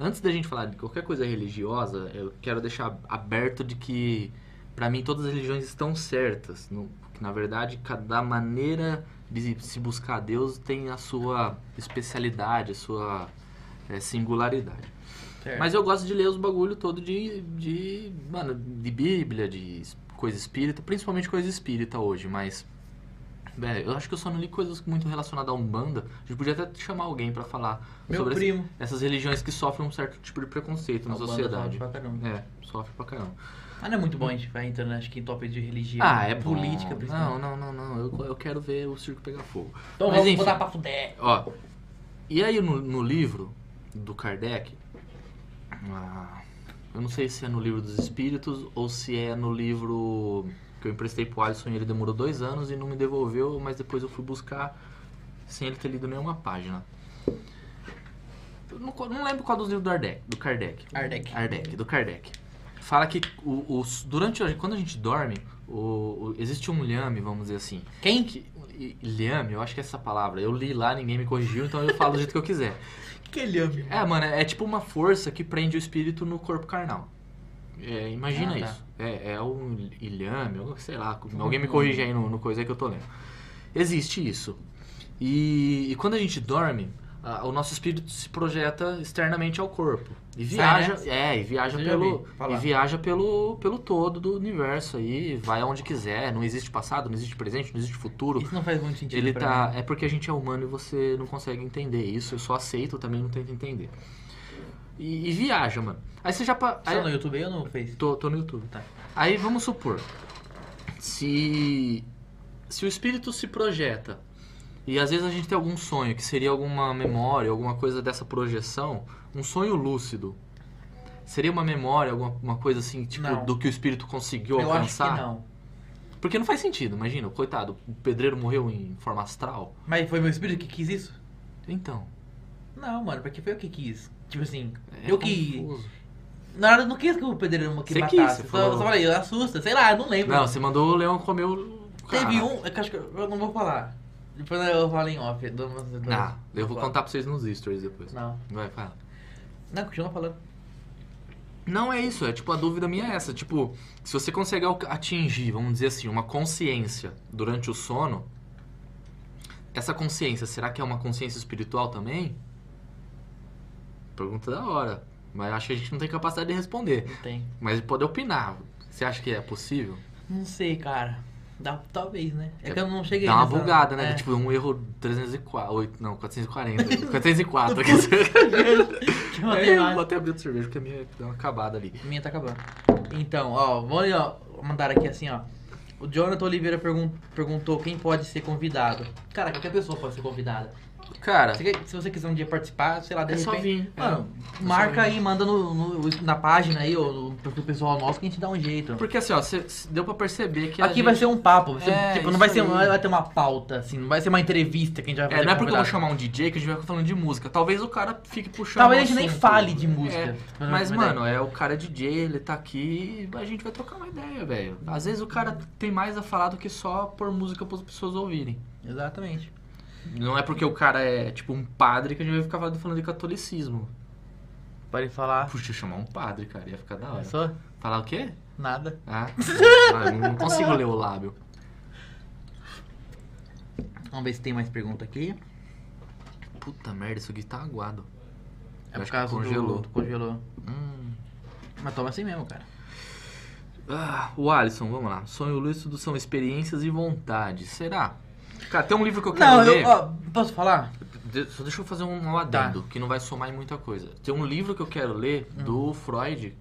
[SPEAKER 1] Antes da gente falar de qualquer coisa religiosa, eu quero deixar aberto de que, pra mim, todas as religiões estão certas. No- que, na verdade, cada maneira de se buscar a Deus tem a sua especialidade, a sua eh, singularidade.
[SPEAKER 2] Certo.
[SPEAKER 1] Mas eu gosto de ler os bagulho todo de, de, mano, de bíblia, de es- coisa espírita, principalmente coisa espírita hoje, mas velho, eu acho que eu só não li coisas muito relacionadas à Umbanda. A gente podia até chamar alguém pra falar
[SPEAKER 2] Meu
[SPEAKER 1] sobre
[SPEAKER 2] primo.
[SPEAKER 1] ess- essas religiões que sofrem um certo tipo de preconceito na
[SPEAKER 2] A banda
[SPEAKER 1] sociedade.
[SPEAKER 2] fala pra caramba.
[SPEAKER 1] É, sofre pra caramba.
[SPEAKER 2] Ah, não é muito bom a gente vai entrando, acho que em top de religião.
[SPEAKER 1] Ah, é bom.
[SPEAKER 2] política,
[SPEAKER 1] Não,
[SPEAKER 2] principalmente.
[SPEAKER 1] não, não, não. Eu, eu quero ver o circo pegar fogo.
[SPEAKER 2] Então
[SPEAKER 1] Mas
[SPEAKER 2] vamos
[SPEAKER 1] enfim.
[SPEAKER 2] botar pra fuder.
[SPEAKER 1] Ó, e aí no, no livro do Kardec, ah, eu não sei se é no livro dos Espíritos ou se é no livro que eu emprestei pro Alisson e ele demorou dois anos e não me devolveu, mas depois eu fui buscar sem ele ter lido nenhuma página. Eu não, co- não lembro qual dos livros do, Ardec, do Kardec.
[SPEAKER 2] Ardec.
[SPEAKER 1] Kardec, do Kardec. Fala que o, os- durante a- quando a gente dorme, o- o- existe um lhame, vamos dizer assim,
[SPEAKER 2] Quem?
[SPEAKER 1] que- e- Lhame, eu acho que é essa palavra. Eu li lá, ninguém me corrigiu, então eu falo do jeito que eu quiser.
[SPEAKER 2] Que ele ama?
[SPEAKER 1] É, mano, é tipo uma força que prende o espírito no corpo carnal. É, imagina
[SPEAKER 2] Ah, tá. Uhum.
[SPEAKER 1] isso. É, é um ilhame, eu sei lá. Alguém me corrige aí no, no coisa aí que eu tô lendo. Existe isso. E, e quando a gente dorme, a- o nosso espírito se projeta externamente ao corpo. E
[SPEAKER 2] Sai,
[SPEAKER 1] viaja, é, e viaja
[SPEAKER 2] Eu já
[SPEAKER 1] pelo,
[SPEAKER 2] vi falar.
[SPEAKER 1] e viaja pelo, pelo todo do universo aí, vai aonde quiser, não existe passado, não existe presente, não existe futuro.
[SPEAKER 2] Isso não faz muito sentido.
[SPEAKER 1] Ele
[SPEAKER 2] pra
[SPEAKER 1] tá.
[SPEAKER 2] mim.
[SPEAKER 1] É porque a gente é humano e você não consegue entender isso. Eu só aceito, eu também não tento entender. E, e viaja, mano. Aí você já. pa-
[SPEAKER 2] Você tá no
[SPEAKER 1] Aí,
[SPEAKER 2] YouTube aí ou no Face?
[SPEAKER 1] tô, tô no YouTube.
[SPEAKER 2] Tá.
[SPEAKER 1] Aí vamos supor. Se. Se o espírito se projeta. E às vezes a gente tem algum sonho, que seria alguma memória, alguma coisa dessa projeção. Um sonho lúcido. Seria uma memória, alguma uma coisa assim, tipo,
[SPEAKER 2] Não.
[SPEAKER 1] do que o espírito conseguiu
[SPEAKER 2] Eu acho
[SPEAKER 1] alcançar?
[SPEAKER 2] que não.
[SPEAKER 1] Porque não faz sentido, imagina, coitado, o pedreiro morreu em forma astral.
[SPEAKER 2] Mas foi meu espírito que quis isso?
[SPEAKER 1] Então.
[SPEAKER 2] Não, mano, porque foi eu que quis. Tipo assim,
[SPEAKER 1] É
[SPEAKER 2] eu que.
[SPEAKER 1] confuso.
[SPEAKER 2] Na hora eu não quis que o pedreiro que
[SPEAKER 1] Você
[SPEAKER 2] matasse.
[SPEAKER 1] quis, você
[SPEAKER 2] só,
[SPEAKER 1] falou.
[SPEAKER 2] só falei, assusta, sei lá, eu não lembro.
[SPEAKER 1] Não, você mandou o leão comer o. cara.
[SPEAKER 2] Teve um, é que eu acho que eu eu não vou falar. Depois eu falo em off. eu dou umas- dou
[SPEAKER 1] Não,
[SPEAKER 2] umas-
[SPEAKER 1] eu vou contar pra vocês nos stories depois.
[SPEAKER 2] Não.
[SPEAKER 1] Tá. Vai, fala.
[SPEAKER 2] Não, continua falando.
[SPEAKER 1] Não é isso, é tipo, a dúvida minha é essa. Tipo, se você consegue alca- atingir, vamos dizer assim, uma consciência durante o sono, essa consciência, será que é uma consciência espiritual também? Pergunta da hora. Mas acho que a gente não tem capacidade de responder.
[SPEAKER 2] Não tem.
[SPEAKER 1] Mas pode opinar. Você acha que é possível?
[SPEAKER 2] Não sei, cara. Dá, talvez, né? É que eu não cheguei
[SPEAKER 1] Dá uma
[SPEAKER 2] nessa-
[SPEAKER 1] bugada, né?
[SPEAKER 2] é.
[SPEAKER 1] Tipo, um erro 304. oito- Não, 440. 404. quer dizer.
[SPEAKER 2] Tinha uma
[SPEAKER 1] É, eu
[SPEAKER 2] derrada.
[SPEAKER 1] vou até abrir outra cerveja porque a minha deu uma acabada ali.
[SPEAKER 2] Minha tá acabando. Então, ó, vou ali, ó, mandar aqui assim, ó. O Jonathan Oliveira pergun- perguntou quem pode ser convidado. Cara, qualquer pessoa pode ser convidada.
[SPEAKER 1] Cara,
[SPEAKER 2] Você quer- se você quiser um dia participar, sei lá, de
[SPEAKER 1] É só
[SPEAKER 2] repente-
[SPEAKER 1] vir,
[SPEAKER 2] Mano,
[SPEAKER 1] é. É
[SPEAKER 2] marca
[SPEAKER 1] só
[SPEAKER 2] aí, manda no, no- na página aí, ou no perfil pessoal nosso, que a gente dá um jeito.
[SPEAKER 1] porque assim, ó, cê- cê- deu pra perceber que a
[SPEAKER 2] Aqui vai
[SPEAKER 1] gente-
[SPEAKER 2] ser um papo, vai ser-
[SPEAKER 1] É,
[SPEAKER 2] tipo, não vai,
[SPEAKER 1] isso
[SPEAKER 2] ser, não
[SPEAKER 1] aí.
[SPEAKER 2] vai ter uma pauta, assim, não vai ser uma entrevista que a gente vai fazer.
[SPEAKER 1] É, não é
[SPEAKER 2] com o
[SPEAKER 1] porque eu vou
[SPEAKER 2] convidado.
[SPEAKER 1] chamar um DJ que a gente vai ficar falando de música. Talvez o cara fique puxando.
[SPEAKER 2] Talvez
[SPEAKER 1] um
[SPEAKER 2] a gente nem
[SPEAKER 1] assunto.
[SPEAKER 2] fale de música.
[SPEAKER 1] É,
[SPEAKER 2] Pra
[SPEAKER 1] Mas,
[SPEAKER 2] uma ideia.
[SPEAKER 1] mano, é o cara é DJ, ele tá aqui, a gente vai trocar uma ideia, velho. Às vezes o cara tem mais a falar do que só pôr música para as pessoas ouvirem.
[SPEAKER 2] Exatamente.
[SPEAKER 1] Não é porque o cara é tipo um padre que a gente vai ficar falando- falando de catolicismo.
[SPEAKER 2] Pode falar.
[SPEAKER 1] Puxa, chamar um padre, cara, ia ficar da hora.
[SPEAKER 2] Só
[SPEAKER 1] Falar o quê?
[SPEAKER 2] nada.
[SPEAKER 1] Ah, ah, eu não consigo ler o lábio.
[SPEAKER 2] Vamos ver se tem mais pergunta aqui.
[SPEAKER 1] Puta merda, isso aqui tá aguado.
[SPEAKER 2] É
[SPEAKER 1] Eu
[SPEAKER 2] por
[SPEAKER 1] acho
[SPEAKER 2] causa
[SPEAKER 1] que congelou.
[SPEAKER 2] do... Congelou.
[SPEAKER 1] Hum.
[SPEAKER 2] Mas toma assim mesmo, cara.
[SPEAKER 1] Ah, o Alisson, vamos lá. Sonho lúcido são experiências e vontades. Será? Cara, tem um livro que eu quero Então
[SPEAKER 2] Não,
[SPEAKER 1] ler.
[SPEAKER 2] eu... Ó, Tá. posso falar?
[SPEAKER 1] De- Só deixa eu fazer um, um adendo, que não vai somar em muita coisa. Tem um livro que eu quero ler
[SPEAKER 2] Hum.
[SPEAKER 1] do Freud.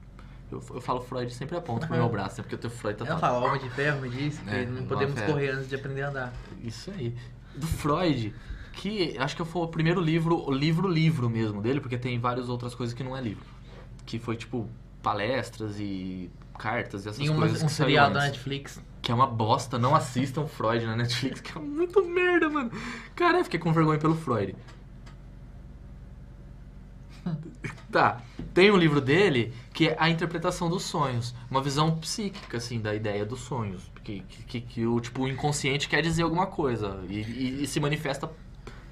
[SPEAKER 1] Eu, eu falo Freud sempre aponto pro meu
[SPEAKER 2] Aham.
[SPEAKER 1] braço, é porque eu tenho Freud
[SPEAKER 2] Uhum. Eu
[SPEAKER 1] tatuado.
[SPEAKER 2] falo, Homem de Ferro me disse que
[SPEAKER 1] É,
[SPEAKER 2] não
[SPEAKER 1] Homem
[SPEAKER 2] podemos
[SPEAKER 1] de Ferro.
[SPEAKER 2] correr antes de aprender a andar.
[SPEAKER 1] Isso aí. Do Freud, que acho que foi o primeiro livro, o livro, livro mesmo dele, porque tem várias outras coisas que não é livro. Que foi tipo palestras e cartas e essas
[SPEAKER 2] Tem uma,
[SPEAKER 1] coisas.
[SPEAKER 2] um
[SPEAKER 1] que saiu
[SPEAKER 2] seriado da
[SPEAKER 1] antes.
[SPEAKER 2] Netflix.
[SPEAKER 1] Que é uma bosta, não assistam Freud na Netflix, que é muito merda, mano. Cara, eu fiquei com vergonha pelo Freud. Tá, tem um livro dele que é A Interpretação dos Sonhos, uma visão psíquica, assim, da ideia dos sonhos. Que, que, que- que o, tipo, o inconsciente quer dizer alguma coisa e, e- e se manifesta,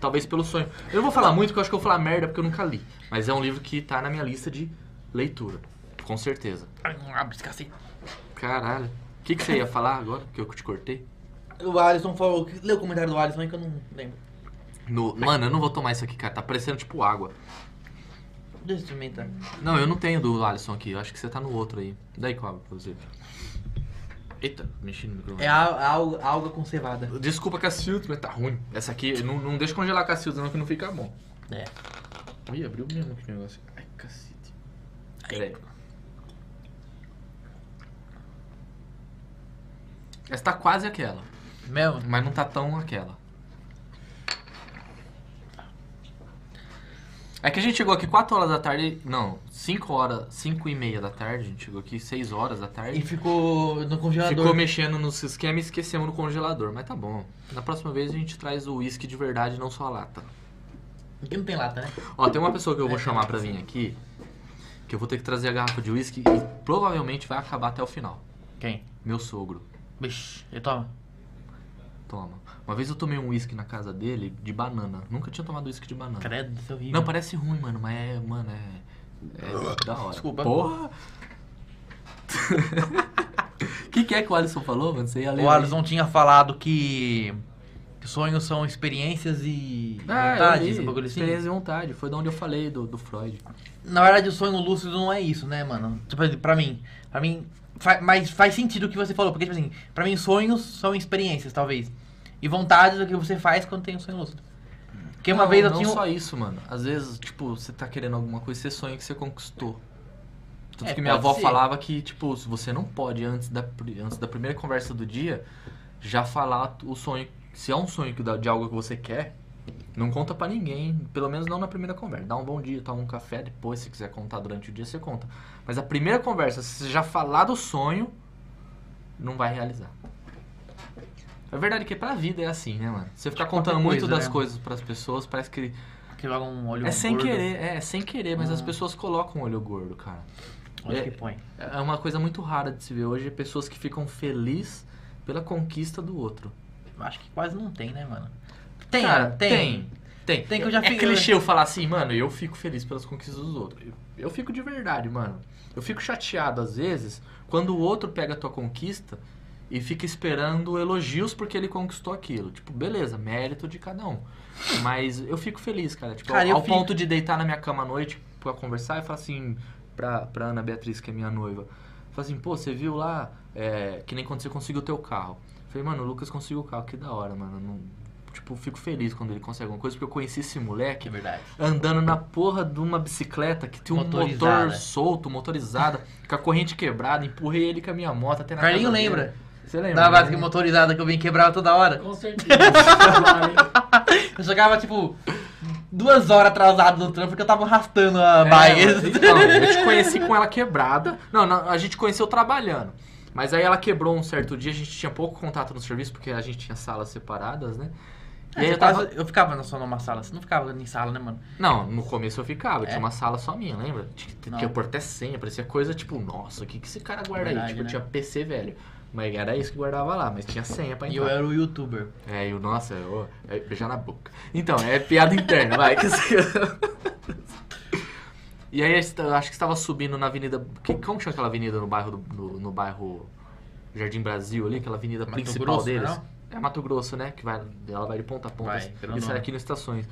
[SPEAKER 1] talvez, pelo sonho. Eu não vou falar muito, porque eu acho que eu vou falar merda, porque eu nunca li. Mas é um livro que tá na minha lista de leitura, com certeza.
[SPEAKER 2] Ai, não abre esse cacete.
[SPEAKER 1] Caralho. O que, que você ia falar agora, que eu te cortei?
[SPEAKER 2] O Alisson falou... Lê o comentário do Alisson aí que eu não lembro.
[SPEAKER 1] No- Mano, eu não vou tomar isso aqui, cara. Tá parecendo tipo água.
[SPEAKER 2] Deixa eu experimentar.
[SPEAKER 1] Não, eu não tenho do Alisson aqui. Eu acho que você tá no outro aí. Daí qual, inclusive. Eita, mexi no microfone.
[SPEAKER 2] É a- a alga, alga conservada.
[SPEAKER 1] Desculpa, Cacildo, mas tá ruim. Essa aqui, não, não deixa congelar Cacildo, não, que não fica bom.
[SPEAKER 2] É.
[SPEAKER 1] Ih, abriu mesmo que negócio. Ai, cacete. Peraí. Essa tá quase aquela,
[SPEAKER 2] Mesmo?
[SPEAKER 1] mas não tá tão aquela. É que a gente chegou aqui 4 horas da tarde. Não, 5 horas, 5 e meia da tarde. A gente chegou aqui 6 horas da tarde.
[SPEAKER 2] E ficou no congelador.
[SPEAKER 1] Ficou mexendo nos esquema e esquecemos no congelador, mas tá bom. Na próxima vez a gente traz o uísque de verdade, não só a lata.
[SPEAKER 2] Aqui não tem lata, né?
[SPEAKER 1] Ó, tem uma pessoa que eu vou chamar pra vir aqui, que eu vou ter que trazer a garrafa de uísque e provavelmente vai acabar até o final.
[SPEAKER 2] Quem?
[SPEAKER 1] Meu sogro.
[SPEAKER 2] Bicho, ele toma.
[SPEAKER 1] Toma. Uma vez eu tomei um uísque na casa dele de banana. Nunca tinha tomado uísque de banana.
[SPEAKER 2] Credo, seu horrível.
[SPEAKER 1] Não, parece ruim, mano, mas é, mano, é. É da hora.
[SPEAKER 2] Desculpa.
[SPEAKER 1] Porra! O que, que é que o Alisson falou, mano? Você ia ler
[SPEAKER 2] O
[SPEAKER 1] aí.
[SPEAKER 2] Alisson tinha falado que que sonhos são experiências e
[SPEAKER 1] Ah,
[SPEAKER 2] vontades,
[SPEAKER 1] eu
[SPEAKER 2] um
[SPEAKER 1] li.
[SPEAKER 2] bagulho assim.
[SPEAKER 1] Experiência e vontade. Foi da onde eu falei do, do Freud.
[SPEAKER 2] Na verdade, o sonho lúcido não é isso, né, mano? Tipo, pra mim, pra mim, fa- mas faz sentido o que você falou, porque, tipo assim, pra mim, sonhos são experiências, talvez. E vontades é o que você faz quando tem um sonho lúcido. Porque uma
[SPEAKER 1] não,
[SPEAKER 2] vez eu
[SPEAKER 1] não
[SPEAKER 2] tinha. um-
[SPEAKER 1] só isso, mano. Às vezes, tipo, você tá querendo alguma coisa, você sonha que você conquistou. Tanto
[SPEAKER 2] É,
[SPEAKER 1] que minha
[SPEAKER 2] pode
[SPEAKER 1] avó
[SPEAKER 2] ser.
[SPEAKER 1] falava que, tipo, se você não pode, antes da, pri- antes da primeira conversa do dia, já falar o sonho. Se é um sonho que dá- de algo que você quer, não conta pra ninguém. Pelo menos não na primeira conversa. Dá um bom dia, toma um café, depois, se quiser contar durante o dia, você conta. Mas a primeira conversa, se você já falar do sonho, não vai realizar. É verdade que pra vida é assim, né, mano? Você ficar contando
[SPEAKER 2] qualquer
[SPEAKER 1] muito
[SPEAKER 2] coisa,
[SPEAKER 1] das
[SPEAKER 2] né?
[SPEAKER 1] coisas pras pessoas, parece que.
[SPEAKER 2] Que joga um olho
[SPEAKER 1] É sem
[SPEAKER 2] gordo. Ah.
[SPEAKER 1] querer, é, é sem querer, mas as pessoas colocam olho gordo, cara.
[SPEAKER 2] Olha
[SPEAKER 1] É.
[SPEAKER 2] que põe.
[SPEAKER 1] É uma coisa muito rara de se ver hoje, é pessoas que ficam felizes pela conquista do outro.
[SPEAKER 2] Acho que quase não tem, né, mano? Tem,
[SPEAKER 1] Cara,
[SPEAKER 2] tem.
[SPEAKER 1] tem. Tem,
[SPEAKER 2] Tem que eu já né?
[SPEAKER 1] é
[SPEAKER 2] fiz-
[SPEAKER 1] clichê eu falar assim, mano, eu fico feliz pelas conquistas dos outros. Eu, eu fico de verdade, mano. Eu fico chateado às vezes quando o outro pega a tua conquista e fica esperando elogios porque ele conquistou aquilo. Tipo, beleza, mérito de cada um. Mas eu fico feliz, cara. Tipo,
[SPEAKER 2] Cara,
[SPEAKER 1] ao,
[SPEAKER 2] eu
[SPEAKER 1] ao
[SPEAKER 2] fico.
[SPEAKER 1] ponto de deitar na minha cama à noite pra conversar e falar assim pra, pra Ana Beatriz, que é minha noiva. Falar assim, pô, você viu lá é, que nem quando você conseguiu o teu carro. Falei, mano, o Lucas conseguiu o carro, que da hora, mano. Não- tipo, fico feliz quando ele consegue alguma coisa, porque eu conheci esse moleque
[SPEAKER 2] Que verdade.
[SPEAKER 1] andando na porra de uma bicicleta que tinha um
[SPEAKER 2] Motorizada.
[SPEAKER 1] motor solto, motorizada, com a corrente quebrada, empurrei ele com a minha moto até na
[SPEAKER 2] Carlinho
[SPEAKER 1] casa dele.
[SPEAKER 2] lembra?
[SPEAKER 1] Você lembra?
[SPEAKER 2] Da
[SPEAKER 1] né?
[SPEAKER 2] básica motorizada que eu vim quebrar toda hora.
[SPEAKER 1] Com certeza.
[SPEAKER 2] Eu jogava, tipo, duas horas atrasado no trampo porque eu tava arrastando a
[SPEAKER 1] É,
[SPEAKER 2] bike.
[SPEAKER 1] mas então, eu te conheci com ela quebrada. Não, não, a gente conheceu trabalhando. Mas aí ela quebrou um certo dia, a gente tinha pouco contato no serviço, porque a gente tinha salas separadas, né? E
[SPEAKER 2] É,
[SPEAKER 1] aí
[SPEAKER 2] você
[SPEAKER 1] eu tava.
[SPEAKER 2] quase- eu ficava só numa sala, você não ficava em sala, né, mano?
[SPEAKER 1] Não, no começo eu ficava,
[SPEAKER 2] É?
[SPEAKER 1] tinha uma sala só minha, lembra? Tinha que,
[SPEAKER 2] Não.
[SPEAKER 1] que eu pôr até senha, parecia coisa tipo, nossa, o que, que esse cara guarda aí?
[SPEAKER 2] Verdade,
[SPEAKER 1] Tipo,
[SPEAKER 2] né?
[SPEAKER 1] tinha PC velho. Mas era isso que guardava lá, mas tinha senha pra
[SPEAKER 2] E eu
[SPEAKER 1] entrar.
[SPEAKER 2] era o youtuber.
[SPEAKER 1] É, e o nossa, eu, é beijar na boca. Então, é piada interna, vai. que se- e aí, eu acho que estava subindo na avenida. que- como que chama aquela avenida no bairro, do- no, no bairro Jardim Brasil ali? Aquela avenida
[SPEAKER 2] Mato
[SPEAKER 1] principal
[SPEAKER 2] Grosso,
[SPEAKER 1] deles.
[SPEAKER 2] não?
[SPEAKER 1] É Mato Grosso, né? Que vai, ela vai de ponta a ponta.
[SPEAKER 2] Vai, grandona.
[SPEAKER 1] isso era aqui nas estações.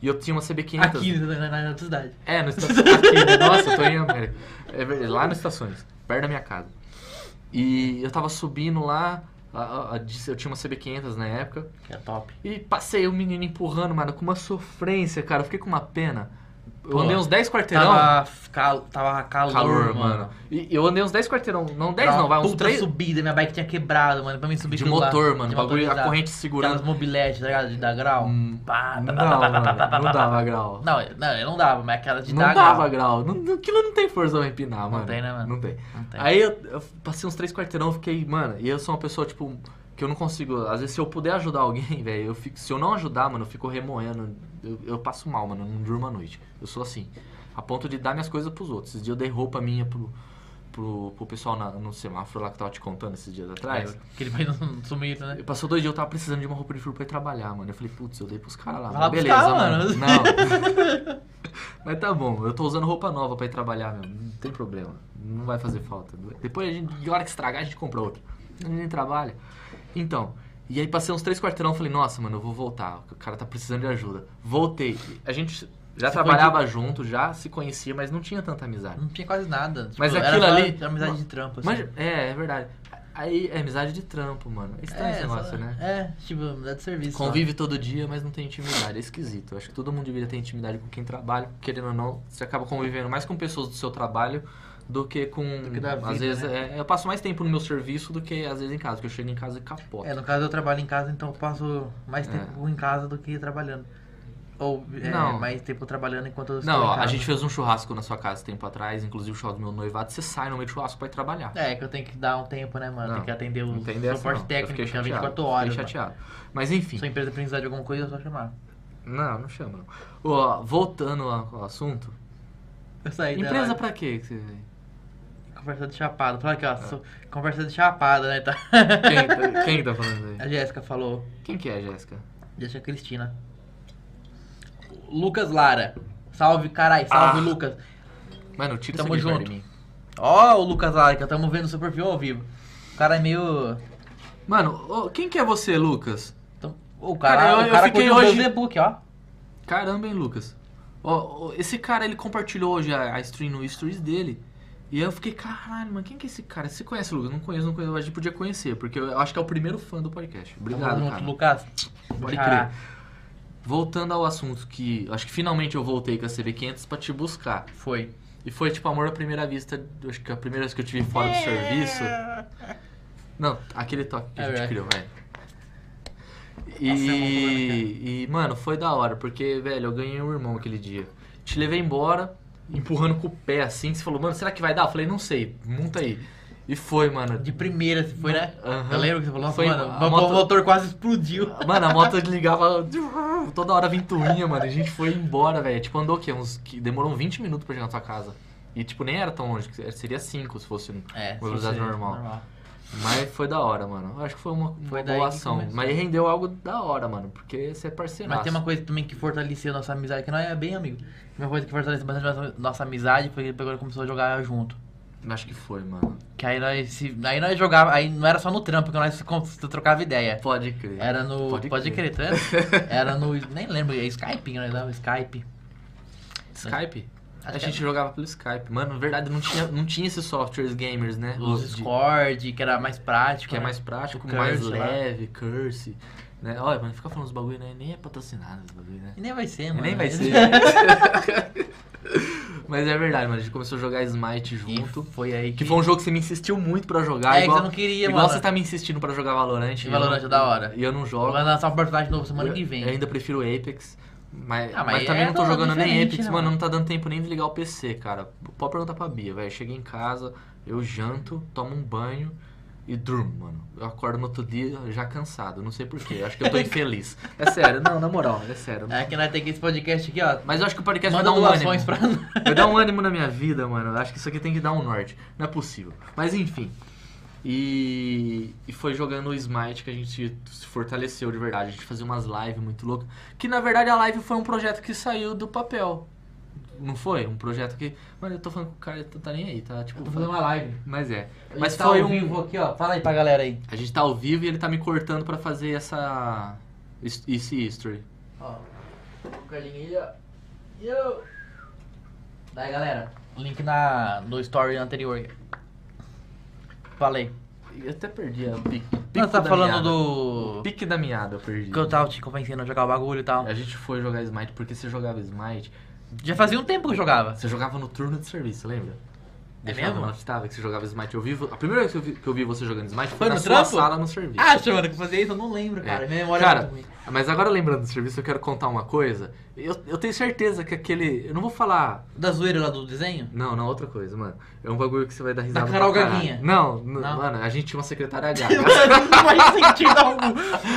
[SPEAKER 1] E eu tinha uma CB500.
[SPEAKER 2] Aqui na, na, na cidade.
[SPEAKER 1] É, no estações. Aqui, nossa, eu tô em América. É verdade, lá nas estações, perto da minha casa. E eu tava subindo lá, a- a- a- eu tinha uma CB500 na época,
[SPEAKER 2] Que é top.
[SPEAKER 1] e passei o menino empurrando, mano, com uma sofrência, cara, eu fiquei com uma pena. Eu
[SPEAKER 2] Pô,
[SPEAKER 1] andei uns 10 quarteirão.
[SPEAKER 2] Tava, cal, tava calor, mano.
[SPEAKER 1] E eu andei uns 10 quarteirão, não 10
[SPEAKER 2] Era uma
[SPEAKER 1] não, vai uns
[SPEAKER 2] puta
[SPEAKER 1] 3
[SPEAKER 2] subida, minha bike tinha quebrado, mano. Pra mim subir
[SPEAKER 1] de
[SPEAKER 2] aquilo lá,
[SPEAKER 1] motor, mano,
[SPEAKER 2] de
[SPEAKER 1] o bagulho, a
[SPEAKER 2] motorizado.
[SPEAKER 1] corrente
[SPEAKER 2] Aquelas
[SPEAKER 1] segurando.
[SPEAKER 2] mobilete, tá ligado? De dar grau.
[SPEAKER 1] Hum,
[SPEAKER 2] Pá,
[SPEAKER 1] Não,
[SPEAKER 2] pá, pá, pá, pá,
[SPEAKER 1] mano,
[SPEAKER 2] pá, pá,
[SPEAKER 1] não
[SPEAKER 2] pá, pá.
[SPEAKER 1] dava grau.
[SPEAKER 2] Não, não, eu não dava, mas é aquela de
[SPEAKER 1] Não
[SPEAKER 2] dar
[SPEAKER 1] dava né?
[SPEAKER 2] grau.
[SPEAKER 1] grau. Não, aquilo não tem força pra empinar, mano.
[SPEAKER 2] tem, né, mano?
[SPEAKER 1] Não tem.
[SPEAKER 2] Não tem.
[SPEAKER 1] Aí eu, eu passei uns três quarteirão, eu fiquei, mano, e eu sou uma pessoa, tipo, que eu não consigo. Às vezes, se eu puder ajudar alguém, velho, eu fico. Se eu não ajudar, mano, eu fico remoendo. Eu, eu passo mal, mano, eu não durmo a noite. Eu sou assim. A ponto de dar minhas coisas pros outros. Esses dias eu dei roupa minha pro, pro, pro pessoal na- no semáforo lá que eu tava te contando esses dias atrás.
[SPEAKER 2] Aquele país não sumiu, né?
[SPEAKER 1] Eu- Passou dois dias, eu tava precisando de uma roupa de frio pra ir trabalhar, mano. Eu falei, putz, eu dei pros caras lá.
[SPEAKER 2] Vai
[SPEAKER 1] Mas
[SPEAKER 2] lá
[SPEAKER 1] Ah, beleza,
[SPEAKER 2] buscar,
[SPEAKER 1] mano.
[SPEAKER 2] mano.
[SPEAKER 1] Não. Mas tá bom, eu tô usando roupa nova pra ir trabalhar, meu. Não tem problema. Não vai fazer falta. Depois, a gente, de hora que estragar, a gente compra outra. A gente nem trabalha. Então, e aí passei uns três quarteirão, falei, nossa, mano, eu vou voltar. O cara tá precisando de ajuda. Voltei. A gente já
[SPEAKER 2] Se
[SPEAKER 1] trabalhava junto, já se conhecia, mas não tinha tanta amizade.
[SPEAKER 2] Não tinha quase nada. Tipo,
[SPEAKER 1] Mas
[SPEAKER 2] era
[SPEAKER 1] aquilo
[SPEAKER 2] só
[SPEAKER 1] ali-
[SPEAKER 2] amizade de trampo, assim.
[SPEAKER 1] Mas, é, é verdade. Aí é amizade de trampo, mano. É estranho esse
[SPEAKER 2] só-
[SPEAKER 1] negócio, né?
[SPEAKER 2] É, tipo, amizade de serviço. só.
[SPEAKER 1] Convive todo dia, mas não tem intimidade. É esquisito. Eu acho que todo mundo deveria ter intimidade com quem trabalha. Querendo ou não, você acaba convivendo mais com pessoas do seu trabalho do que com.
[SPEAKER 2] que da
[SPEAKER 1] às
[SPEAKER 2] vida, né?
[SPEAKER 1] vezes, é, eu passo mais tempo no meu serviço do que às vezes em casa, porque eu chego em casa e capoto.
[SPEAKER 2] É, no caso eu trabalho em casa, então eu passo mais
[SPEAKER 1] É.
[SPEAKER 2] tempo em casa do que trabalhando. Ou é,
[SPEAKER 1] Não.
[SPEAKER 2] mais tempo trabalhando enquanto eu estou
[SPEAKER 1] não,
[SPEAKER 2] tá
[SPEAKER 1] ó,
[SPEAKER 2] em casa.
[SPEAKER 1] a gente fez um churrasco na sua casa tempo atrás, inclusive o churrasco do meu noivado. Você sai no meio do churrasco pra ir trabalhar.
[SPEAKER 2] É, que eu tenho que dar um tempo, né, mano?
[SPEAKER 1] Não,
[SPEAKER 2] Tem que atender o
[SPEAKER 1] Entendeu?
[SPEAKER 2] suporte técnico, que é 24 horas.
[SPEAKER 1] Fiquei
[SPEAKER 2] mano.
[SPEAKER 1] chateado. Mas enfim.
[SPEAKER 2] Se a empresa precisar de alguma coisa, é só chamar.
[SPEAKER 1] Não, não chama. não. Ó, voltando ao ao assunto.
[SPEAKER 2] Eu saí da
[SPEAKER 1] empresa
[SPEAKER 2] live,
[SPEAKER 1] pra quê que você veio?
[SPEAKER 2] Conversa de chapada. Fala aqui, ó. sou- Conversa de chapada, né? Tá?
[SPEAKER 1] Quem, tá- quem que tá falando isso aí?
[SPEAKER 2] A Jéssica falou.
[SPEAKER 1] Quem que é, Jéssica?
[SPEAKER 2] Deixa a Cristina. Lucas Lara. Salve, carai. Salve,
[SPEAKER 1] Ah.
[SPEAKER 2] Lucas.
[SPEAKER 1] Mano, tira
[SPEAKER 2] Tamo
[SPEAKER 1] esse
[SPEAKER 2] junto.
[SPEAKER 1] de mim.
[SPEAKER 2] Ó, o Lucas Lara, que estamos vendo o seu perfil ao vivo. O cara é meio.
[SPEAKER 1] Mano, ô, quem que é você, Lucas?
[SPEAKER 2] Então, o cara,
[SPEAKER 1] Cara, eu- eu
[SPEAKER 2] o cara
[SPEAKER 1] fiquei
[SPEAKER 2] curtiu
[SPEAKER 1] hoje-
[SPEAKER 2] meu Facebook, ó.
[SPEAKER 1] Caramba, hein, Lucas? Ó, ó, esse cara, ele compartilhou hoje a, a stream no stories dele. E eu fiquei, caralho, mano, quem que é esse cara? Você conhece, Lucas? Não conheço, não conheço. mas A gente podia conhecer, porque eu acho que é o primeiro fã do podcast. Obrigado,
[SPEAKER 2] Tamo junto,
[SPEAKER 1] cara.
[SPEAKER 2] Lucas. Ah.
[SPEAKER 1] Pode
[SPEAKER 2] Xará.
[SPEAKER 1] crer. Voltando ao assunto que... Acho que finalmente eu voltei com a CB500 pra te buscar.
[SPEAKER 2] Foi.
[SPEAKER 1] E foi, tipo, amor à primeira vista. eu Acho que a primeira vez que eu te vi fora do serviço... Não, aquele toque que
[SPEAKER 2] É
[SPEAKER 1] a gente criou,
[SPEAKER 2] verdade.
[SPEAKER 1] velho. E,
[SPEAKER 2] Nossa, é uma boa, né,
[SPEAKER 1] e, mano, foi da hora, porque, velho, eu ganhei um irmão aquele dia. Te levei embora, empurrando com o pé assim. Você falou, mano, será que vai dar? Eu falei, não sei, monta aí. E foi, mano.
[SPEAKER 2] De primeira, se foi, né?
[SPEAKER 1] Aham.
[SPEAKER 2] Eu lembro que você falou, nossa,
[SPEAKER 1] Foi-
[SPEAKER 2] mano,
[SPEAKER 1] a
[SPEAKER 2] o
[SPEAKER 1] moto-
[SPEAKER 2] motor quase explodiu.
[SPEAKER 1] Mano, a moto ligava toda hora ventoinha, mano. A gente foi embora, velho. Tipo, andou o quê? Uns, que demorou uns 20 minutos pra chegar na sua casa. E, tipo, nem era tão longe. que Seria 5 se fosse um
[SPEAKER 2] É,
[SPEAKER 1] Uma velocidade
[SPEAKER 2] sim, sim,
[SPEAKER 1] normal. Mas foi da hora, mano. Eu acho que foi uma, uma
[SPEAKER 2] Foi daí
[SPEAKER 1] boa
[SPEAKER 2] que
[SPEAKER 1] ação.
[SPEAKER 2] começou.
[SPEAKER 1] Mas rendeu algo da hora, mano. Porque você é parceiraço.
[SPEAKER 2] Mas tem uma coisa também que fortaleceu nossa amizade, que não é bem amigo. Uma coisa que fortaleceu bastante nossa, nossa amizade foi que ele pegou e começou a jogar junto.
[SPEAKER 1] Acho que foi, mano.
[SPEAKER 2] Que aí nós, se, aí nós jogava, aí não era só no trampo que nós con- trocava ideia.
[SPEAKER 1] Pode crer.
[SPEAKER 2] Era no.
[SPEAKER 1] Pode
[SPEAKER 2] Pode, crer, tá? vendo? Era no. Nem lembro, é Skype, né? Não, Skype.
[SPEAKER 1] Skype?
[SPEAKER 2] Acho
[SPEAKER 1] a
[SPEAKER 2] que
[SPEAKER 1] gente jogava pelo Skype. Mano, na verdade, não tinha, não tinha esses softwares gamers, né?
[SPEAKER 2] Os
[SPEAKER 1] de-
[SPEAKER 2] Discord, que era mais prático.
[SPEAKER 1] Que é
[SPEAKER 2] né?
[SPEAKER 1] mais prático,
[SPEAKER 2] O Curse
[SPEAKER 1] mais
[SPEAKER 2] lá.
[SPEAKER 1] leve, curse. Né? Olha, mano, fica falando os bagulho, né? Nem é patrocinado os bagulho, né?
[SPEAKER 2] E nem vai ser,
[SPEAKER 1] E
[SPEAKER 2] mano. é.
[SPEAKER 1] Nem vai ser. Mas é verdade, mano. A gente começou a jogar Smite
[SPEAKER 2] E
[SPEAKER 1] junto.
[SPEAKER 2] Foi aí que.
[SPEAKER 1] Que foi um jogo que você me insistiu muito pra jogar.
[SPEAKER 2] é,
[SPEAKER 1] igual-
[SPEAKER 2] que eu não queria,
[SPEAKER 1] Igual
[SPEAKER 2] mano.
[SPEAKER 1] você tá me insistindo pra jogar Valorant. e eu
[SPEAKER 2] Valorant
[SPEAKER 1] não-
[SPEAKER 2] é da hora.
[SPEAKER 1] E eu não jogo.
[SPEAKER 2] Vai lançar um personagem novo semana
[SPEAKER 1] Eu-
[SPEAKER 2] que vem.
[SPEAKER 1] Eu ainda prefiro Apex. Mas,
[SPEAKER 2] Ah, mas
[SPEAKER 1] mas, também
[SPEAKER 2] é
[SPEAKER 1] não tô
[SPEAKER 2] do-
[SPEAKER 1] jogando nem
[SPEAKER 2] diferente,
[SPEAKER 1] Apex,
[SPEAKER 2] né,
[SPEAKER 1] mano.
[SPEAKER 2] mano?
[SPEAKER 1] Não tá dando tempo nem de ligar o PC, cara. Pode perguntar pra Bia, velho. Cheguei em casa, eu janto, tomo um banho e durmo, mano. Eu acordo no outro dia já cansado. Não sei porquê. Acho que eu tô infeliz. É sério, não, na moral, é sério.
[SPEAKER 2] É que nós temos esse podcast aqui, ó.
[SPEAKER 1] Mas eu acho que o podcast
[SPEAKER 2] Manda
[SPEAKER 1] vai dar um ânimo.
[SPEAKER 2] doações pra nós.
[SPEAKER 1] Vai dar um ânimo na minha vida, mano. Eu Acho que isso aqui tem que dar um norte. Não é possível. Mas enfim. E, e foi jogando o Smite que a gente se fortaleceu de verdade. A gente fazia umas lives muito loucas. Que na verdade a live foi um projeto que saiu do papel. Não foi? Um projeto que. Mano, eu tô falando que o cara ele não tá nem aí, tá? Tipo,
[SPEAKER 2] Eu tô fazendo uma live.
[SPEAKER 1] Mas é.
[SPEAKER 2] A
[SPEAKER 1] Mas
[SPEAKER 2] gente tá
[SPEAKER 1] foi
[SPEAKER 2] ao
[SPEAKER 1] um.
[SPEAKER 2] vivo aqui, ó. Fala aí pra galera aí.
[SPEAKER 1] A gente tá ao vivo e ele tá me cortando pra fazer essa. is- Esse history.
[SPEAKER 2] Ó, o Carlinho aí, ó. Yo! Daí, galera, link na, no story anterior. aí. Falei.
[SPEAKER 1] Eu até perdi a pique.
[SPEAKER 2] Não, tá
[SPEAKER 1] da
[SPEAKER 2] falando
[SPEAKER 1] meada.
[SPEAKER 2] do...
[SPEAKER 1] Pique da miada, eu perdi.
[SPEAKER 2] Que eu tava te convencendo a jogar o bagulho e tal.
[SPEAKER 1] A gente foi jogar Smite porque você jogava Smite.
[SPEAKER 2] Já fazia um tempo que eu jogava.
[SPEAKER 1] Você jogava no turno de serviço, lembra?
[SPEAKER 2] É
[SPEAKER 1] Deixava
[SPEAKER 2] mesmo?
[SPEAKER 1] lá, tava, que você jogava Smite. Eu vi, vo- a primeira vez que eu vi, que eu vi você jogando Smite foi,
[SPEAKER 2] Foi
[SPEAKER 1] na
[SPEAKER 2] no
[SPEAKER 1] sua
[SPEAKER 2] trampo?
[SPEAKER 1] sala no serviço.
[SPEAKER 2] Ah, mano, que eu fazia isso, eu não lembro, cara.
[SPEAKER 1] É.
[SPEAKER 2] Minha memória
[SPEAKER 1] Cara,
[SPEAKER 2] é muito ruim.
[SPEAKER 1] Mas agora lembrando do serviço, eu quero contar uma coisa. Eu, eu tenho certeza que aquele. Eu não vou falar.
[SPEAKER 2] Da zoeira lá do desenho?
[SPEAKER 1] Não, não, outra coisa, mano. É um bagulho que você vai dar risada. pra
[SPEAKER 2] Carol
[SPEAKER 1] caralho.
[SPEAKER 2] Gaguinha.
[SPEAKER 1] Não, n-
[SPEAKER 2] Não.
[SPEAKER 1] mano, a gente tinha uma secretária H.
[SPEAKER 2] Mano, não faz sentido algum.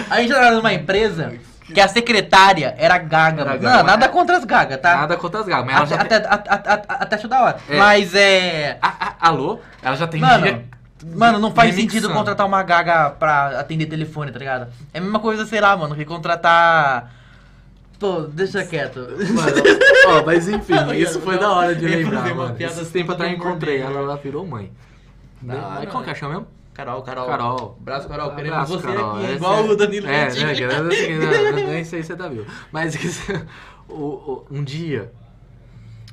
[SPEAKER 2] A gente trabalhava numa empresa que a secretária era gaga.
[SPEAKER 1] Era
[SPEAKER 2] mano.
[SPEAKER 1] gaga.
[SPEAKER 2] Não, nada contra as gagas, tá?
[SPEAKER 1] Nada contra as gagas, mas ela
[SPEAKER 2] Até,
[SPEAKER 1] já tem.
[SPEAKER 2] até, até, até, até acho da hora.
[SPEAKER 1] É.
[SPEAKER 2] Mas é.
[SPEAKER 1] Ah, ah, alô? Ela já tem
[SPEAKER 2] Mano,
[SPEAKER 1] dia-
[SPEAKER 2] mano, não faz
[SPEAKER 1] remixando.
[SPEAKER 2] sentido contratar uma gaga pra atender telefone, tá ligado? É a mesma coisa, sei lá, mano, que contratar. Pô, deixa quieto.
[SPEAKER 1] Mano, ó, mas enfim, isso foi da hora de
[SPEAKER 2] Eu ia
[SPEAKER 1] lembrar,
[SPEAKER 2] fazer uma
[SPEAKER 1] mano.
[SPEAKER 2] piada
[SPEAKER 1] Esse tempo atrás eu
[SPEAKER 2] sobre
[SPEAKER 1] encontrei
[SPEAKER 2] morder.
[SPEAKER 1] ela, ela virou mãe.
[SPEAKER 2] Da
[SPEAKER 1] Né?
[SPEAKER 2] hora,
[SPEAKER 1] Como que
[SPEAKER 2] né?
[SPEAKER 1] é que chama mesmo?
[SPEAKER 2] Carol, Carol.
[SPEAKER 1] Carol. Um
[SPEAKER 2] Abraço, Carol.
[SPEAKER 1] Abraço,
[SPEAKER 2] Queremos você
[SPEAKER 1] Carol.
[SPEAKER 2] aqui,
[SPEAKER 1] Essa
[SPEAKER 2] igual
[SPEAKER 1] é-
[SPEAKER 2] o Danilo
[SPEAKER 1] É,
[SPEAKER 2] Gentili.
[SPEAKER 1] né, que eu não sei quem- não, nem sei se você tá viu. Mas o- o- um dia,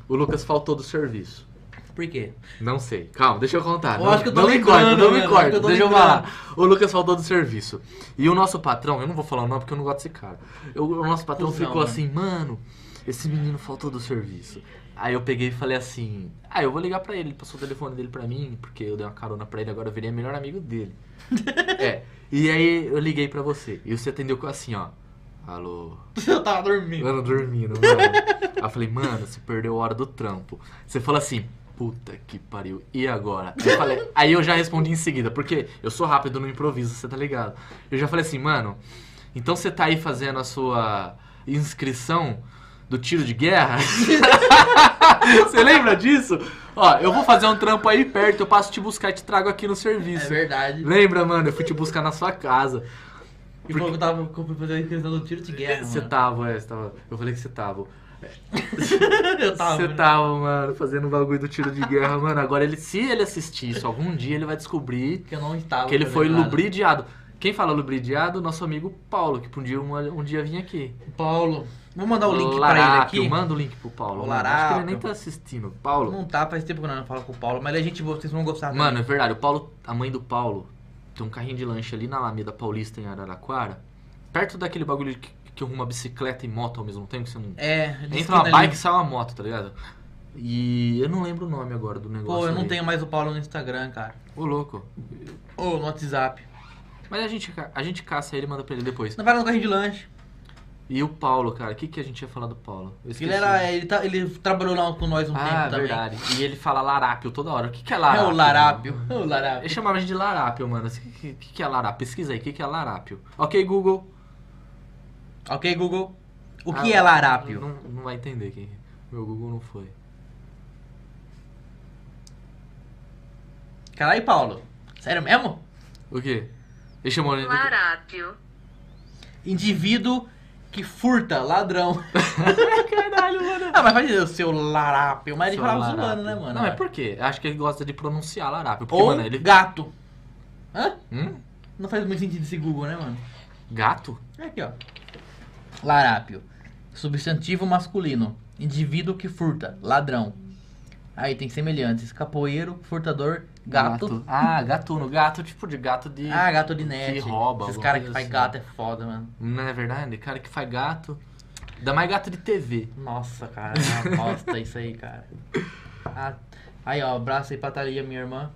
[SPEAKER 1] o Lucas faltou do serviço.
[SPEAKER 2] Por quê?
[SPEAKER 1] Não sei. Calma, deixa eu contar.
[SPEAKER 2] Eu
[SPEAKER 1] não,
[SPEAKER 2] acho que eu tô
[SPEAKER 1] não me
[SPEAKER 2] lembrando,
[SPEAKER 1] corta, não me
[SPEAKER 2] mano, acho que
[SPEAKER 1] corta.
[SPEAKER 2] eu tô
[SPEAKER 1] Deixa eu
[SPEAKER 2] lembrando.
[SPEAKER 1] falar. O Lucas faltou do serviço. E o nosso patrão, eu não vou falar o nome porque eu não gosto desse cara. Eu- o nosso patrão
[SPEAKER 2] Cusão,
[SPEAKER 1] ficou
[SPEAKER 2] né?
[SPEAKER 1] assim, mano, esse menino faltou do serviço. Aí eu peguei e falei assim, ah, eu vou ligar pra ele. Ele passou o telefone dele pra mim, porque eu dei uma carona pra ele, agora eu virei melhor amigo dele. é. E aí eu liguei pra você. E você atendeu com assim, ó. Alô.
[SPEAKER 2] Eu tava dormindo.
[SPEAKER 1] Mano, dormindo, mano. Aí eu falei, mano, você perdeu a hora do trampo. Você fala assim, puta que pariu, e agora? Aí eu, falei- aí eu já respondi em seguida, porque eu sou rápido no improviso, você tá ligado? Eu já falei assim, mano, então você tá aí fazendo a sua inscrição do tiro de guerra? você lembra disso? Ó, eu vou fazer um trampo aí perto, eu passo te buscar e te trago aqui no
[SPEAKER 2] É
[SPEAKER 1] serviço.
[SPEAKER 2] verdade.
[SPEAKER 1] lembra, mano? Eu fui te buscar na sua casa.
[SPEAKER 2] E falou que eu tava com- fazendo a inscrição do tiro de guerra.
[SPEAKER 1] Você
[SPEAKER 2] mano.
[SPEAKER 1] tava, é, você tava. Eu falei que você tava.
[SPEAKER 2] Eu tava.
[SPEAKER 1] Você tá-
[SPEAKER 2] né?
[SPEAKER 1] tava, mano, fazendo o bagulho do tiro de guerra, mano. Agora, ele, se ele assistir isso algum dia, ele vai descobrir
[SPEAKER 2] Que eu não estava.
[SPEAKER 1] que ele foi
[SPEAKER 2] fazendo nada.
[SPEAKER 1] lubridiado. Quem fala lubridiado? Nosso amigo Paulo, que um dia, um, um dia vinha aqui.
[SPEAKER 2] Paulo. Vou mandar o link pra
[SPEAKER 1] Larápio,
[SPEAKER 2] ele aqui.
[SPEAKER 1] Manda o link pro Paulo.
[SPEAKER 2] O
[SPEAKER 1] mano. Acho que ele
[SPEAKER 2] Larápio.
[SPEAKER 1] nem tá assistindo. Paulo.
[SPEAKER 2] Não tá, faz tempo que eu não falo com o Paulo, mas ele é gente boa, vocês vão gostar.
[SPEAKER 1] Mano, é verdade. O Paulo, a mãe do Paulo, tem um carrinho de lanche ali na Alameda Paulista, em Araraquara. Perto daquele bagulho que, que arruma bicicleta e moto ao mesmo tempo, que você não.
[SPEAKER 2] É,
[SPEAKER 1] Entra uma
[SPEAKER 2] ali.
[SPEAKER 1] bike e sai uma moto, tá ligado? E eu não lembro o nome agora do negócio.
[SPEAKER 2] Pô, eu não
[SPEAKER 1] ali.
[SPEAKER 2] tenho mais o Paulo no Instagram, cara.
[SPEAKER 1] Ô, louco.
[SPEAKER 2] Ou no WhatsApp.
[SPEAKER 1] Mas a gente, ca- a gente caça ele e manda pra ele depois.
[SPEAKER 2] Não vai lá no carrinho de lanche.
[SPEAKER 1] E o Paulo, cara, o que, que a gente ia falar do Paulo? Eu esqueci.
[SPEAKER 2] Ele, era, ele, tá, ele trabalhou lá com nós um
[SPEAKER 1] Ah,
[SPEAKER 2] tempo também.
[SPEAKER 1] verdade. E ele fala larápio toda hora. O que, que é
[SPEAKER 2] É
[SPEAKER 1] larápio?
[SPEAKER 2] o Larápio.
[SPEAKER 1] mano?
[SPEAKER 2] É o
[SPEAKER 1] Ele
[SPEAKER 2] Larápio.
[SPEAKER 1] chamava a gente de larápio, mano. O que, que, que é larápio? Pesquisa aí, o que, que é larápio? Ok, Google.
[SPEAKER 2] Ok, Google? O que
[SPEAKER 1] Ah,
[SPEAKER 2] é Larápio?
[SPEAKER 1] Não, não vai entender quem. é. Meu Google não foi.
[SPEAKER 2] Caralho, Paulo. Sério mesmo?
[SPEAKER 1] O quê? Ele chamou a gente.
[SPEAKER 3] Larápio.
[SPEAKER 2] Indivíduo que furta, ladrão. Caralho, mano. Ah, mas faz o seu Larápio. Mas ele
[SPEAKER 1] Seu
[SPEAKER 2] falava
[SPEAKER 1] larápio.
[SPEAKER 2] zoando, né, mano?
[SPEAKER 1] Não, é por quê? Acho que ele gosta de pronunciar larápio. Porque,
[SPEAKER 2] Ou
[SPEAKER 1] mano, ele.
[SPEAKER 2] gato. Hã?
[SPEAKER 1] Hum?
[SPEAKER 2] Não faz muito sentido esse Google, né, mano?
[SPEAKER 1] Gato?
[SPEAKER 2] É Aqui, ó. Larápio. Substantivo masculino. Indivíduo que furta. Ladrão. Aí tem semelhantes. Capoeiro, furtador, gato.
[SPEAKER 1] Ah, gatuno. Gato, tipo de gato de.
[SPEAKER 2] Ah, gato de net.
[SPEAKER 1] Que rouba,
[SPEAKER 2] Esses
[SPEAKER 1] alguma
[SPEAKER 2] caras que
[SPEAKER 1] coisa
[SPEAKER 2] faz
[SPEAKER 1] assim.
[SPEAKER 2] gato é foda, mano.
[SPEAKER 1] Não é verdade? Cara que faz gato. Ainda mais gato de TV.
[SPEAKER 2] Nossa, cara. É uma bosta isso aí, cara. Ah, aí, ó. Abraço aí pra Thalia, minha irmã.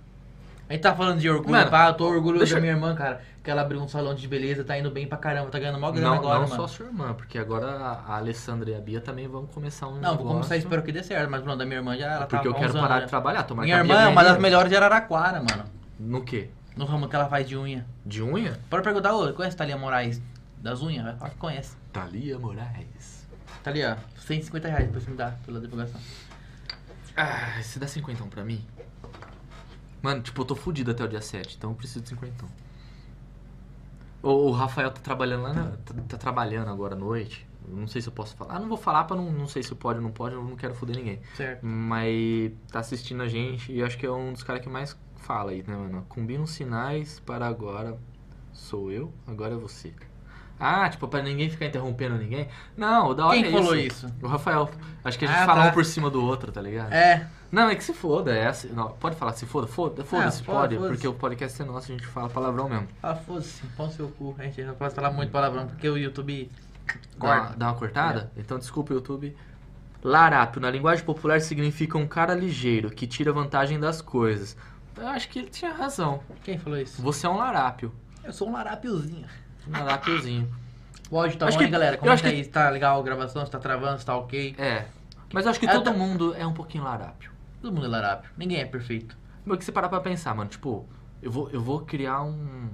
[SPEAKER 2] A gente tá falando de orgulho,
[SPEAKER 1] Mano,
[SPEAKER 2] pá, eu tô orgulhoso
[SPEAKER 1] deixa-
[SPEAKER 2] da minha irmã, cara. Que ela abriu um salão de beleza, tá indo bem pra caramba, tá ganhando maior grana
[SPEAKER 1] Não,
[SPEAKER 2] agora,
[SPEAKER 1] não
[SPEAKER 2] mano.
[SPEAKER 1] só a sua irmã, porque agora a Alessandra e a Bia também vão começar um
[SPEAKER 2] Não, vou começar,
[SPEAKER 1] negócio,
[SPEAKER 2] espero que dê certo, mas mano, da minha irmã já ela tá
[SPEAKER 1] É Porque eu
[SPEAKER 2] há
[SPEAKER 1] quero
[SPEAKER 2] uns anos
[SPEAKER 1] parar
[SPEAKER 2] já.
[SPEAKER 1] de trabalhar, tomar
[SPEAKER 2] Minha irmã é uma das
[SPEAKER 1] melhores.
[SPEAKER 2] melhores de Araraquara, mano.
[SPEAKER 1] No quê?
[SPEAKER 2] No ramo que ela faz de unha.
[SPEAKER 1] De unha?
[SPEAKER 2] Pode perguntar, ô, conhece Thalia Moraes das unhas? Vai falar que conhece.
[SPEAKER 1] Thalia Moraes.
[SPEAKER 2] Thalia, 150 reais depois você me dá pela divulgação.
[SPEAKER 1] Ah, você dá cinquentão pra mim? Mano, tipo, eu tô fudido até o dia 7, então eu preciso de cinquentão. O, o Rafael tá trabalhando lá, na- tá, tá trabalhando agora à noite. Eu Não sei se eu posso falar. Ah, não vou falar pra não, não sei se pode ou não pode, eu não quero foder ninguém.
[SPEAKER 2] Certo.
[SPEAKER 1] Mas tá assistindo a gente e acho que é um dos caras que mais fala aí, né, mano? Combina os sinais para agora. Sou eu, agora é você. Ah, tipo, pra ninguém ficar interrompendo ninguém. Não, o da hora
[SPEAKER 2] Quem
[SPEAKER 1] é
[SPEAKER 2] falou isso?
[SPEAKER 1] O Rafael. Acho que a gente
[SPEAKER 2] Ah,
[SPEAKER 1] fala
[SPEAKER 2] tá.
[SPEAKER 1] um por cima do outro, tá ligado?
[SPEAKER 2] É,
[SPEAKER 1] Não, é que se foda, é assim. Não, pode falar se foda? Foda- Foda-se,
[SPEAKER 2] Ah, foda-
[SPEAKER 1] pode,
[SPEAKER 2] foda-se.
[SPEAKER 1] porque o podcast é nosso, a gente fala palavrão mesmo.
[SPEAKER 2] ah, foda-se, põe seu cu. A gente não pode falar muito palavrão, porque o YouTube
[SPEAKER 1] Dá uma,
[SPEAKER 2] corta.
[SPEAKER 1] dá uma cortada? Então, desculpa, YouTube. Larápio, na linguagem popular, significa um cara ligeiro, que tira vantagem das coisas. Eu acho que ele tinha razão.
[SPEAKER 2] Quem falou isso?
[SPEAKER 1] Você é um larápio.
[SPEAKER 2] Eu sou um larápiozinho.
[SPEAKER 1] Um larápiozinho.
[SPEAKER 2] O áudio tá
[SPEAKER 1] Acho
[SPEAKER 2] bom,
[SPEAKER 1] que-
[SPEAKER 2] hein, galera?
[SPEAKER 1] eu
[SPEAKER 2] Comenta
[SPEAKER 1] acho que-
[SPEAKER 2] aí se tá legal a gravação, se tá travando, se tá ok.
[SPEAKER 1] É. Mas eu acho que
[SPEAKER 2] É,
[SPEAKER 1] todo
[SPEAKER 2] tá-
[SPEAKER 1] mundo é um pouquinho larápio.
[SPEAKER 2] Todo mundo é larápio, ninguém é perfeito.
[SPEAKER 1] Mas que você parar pra pensar, mano. Tipo, eu vou, eu vou criar um.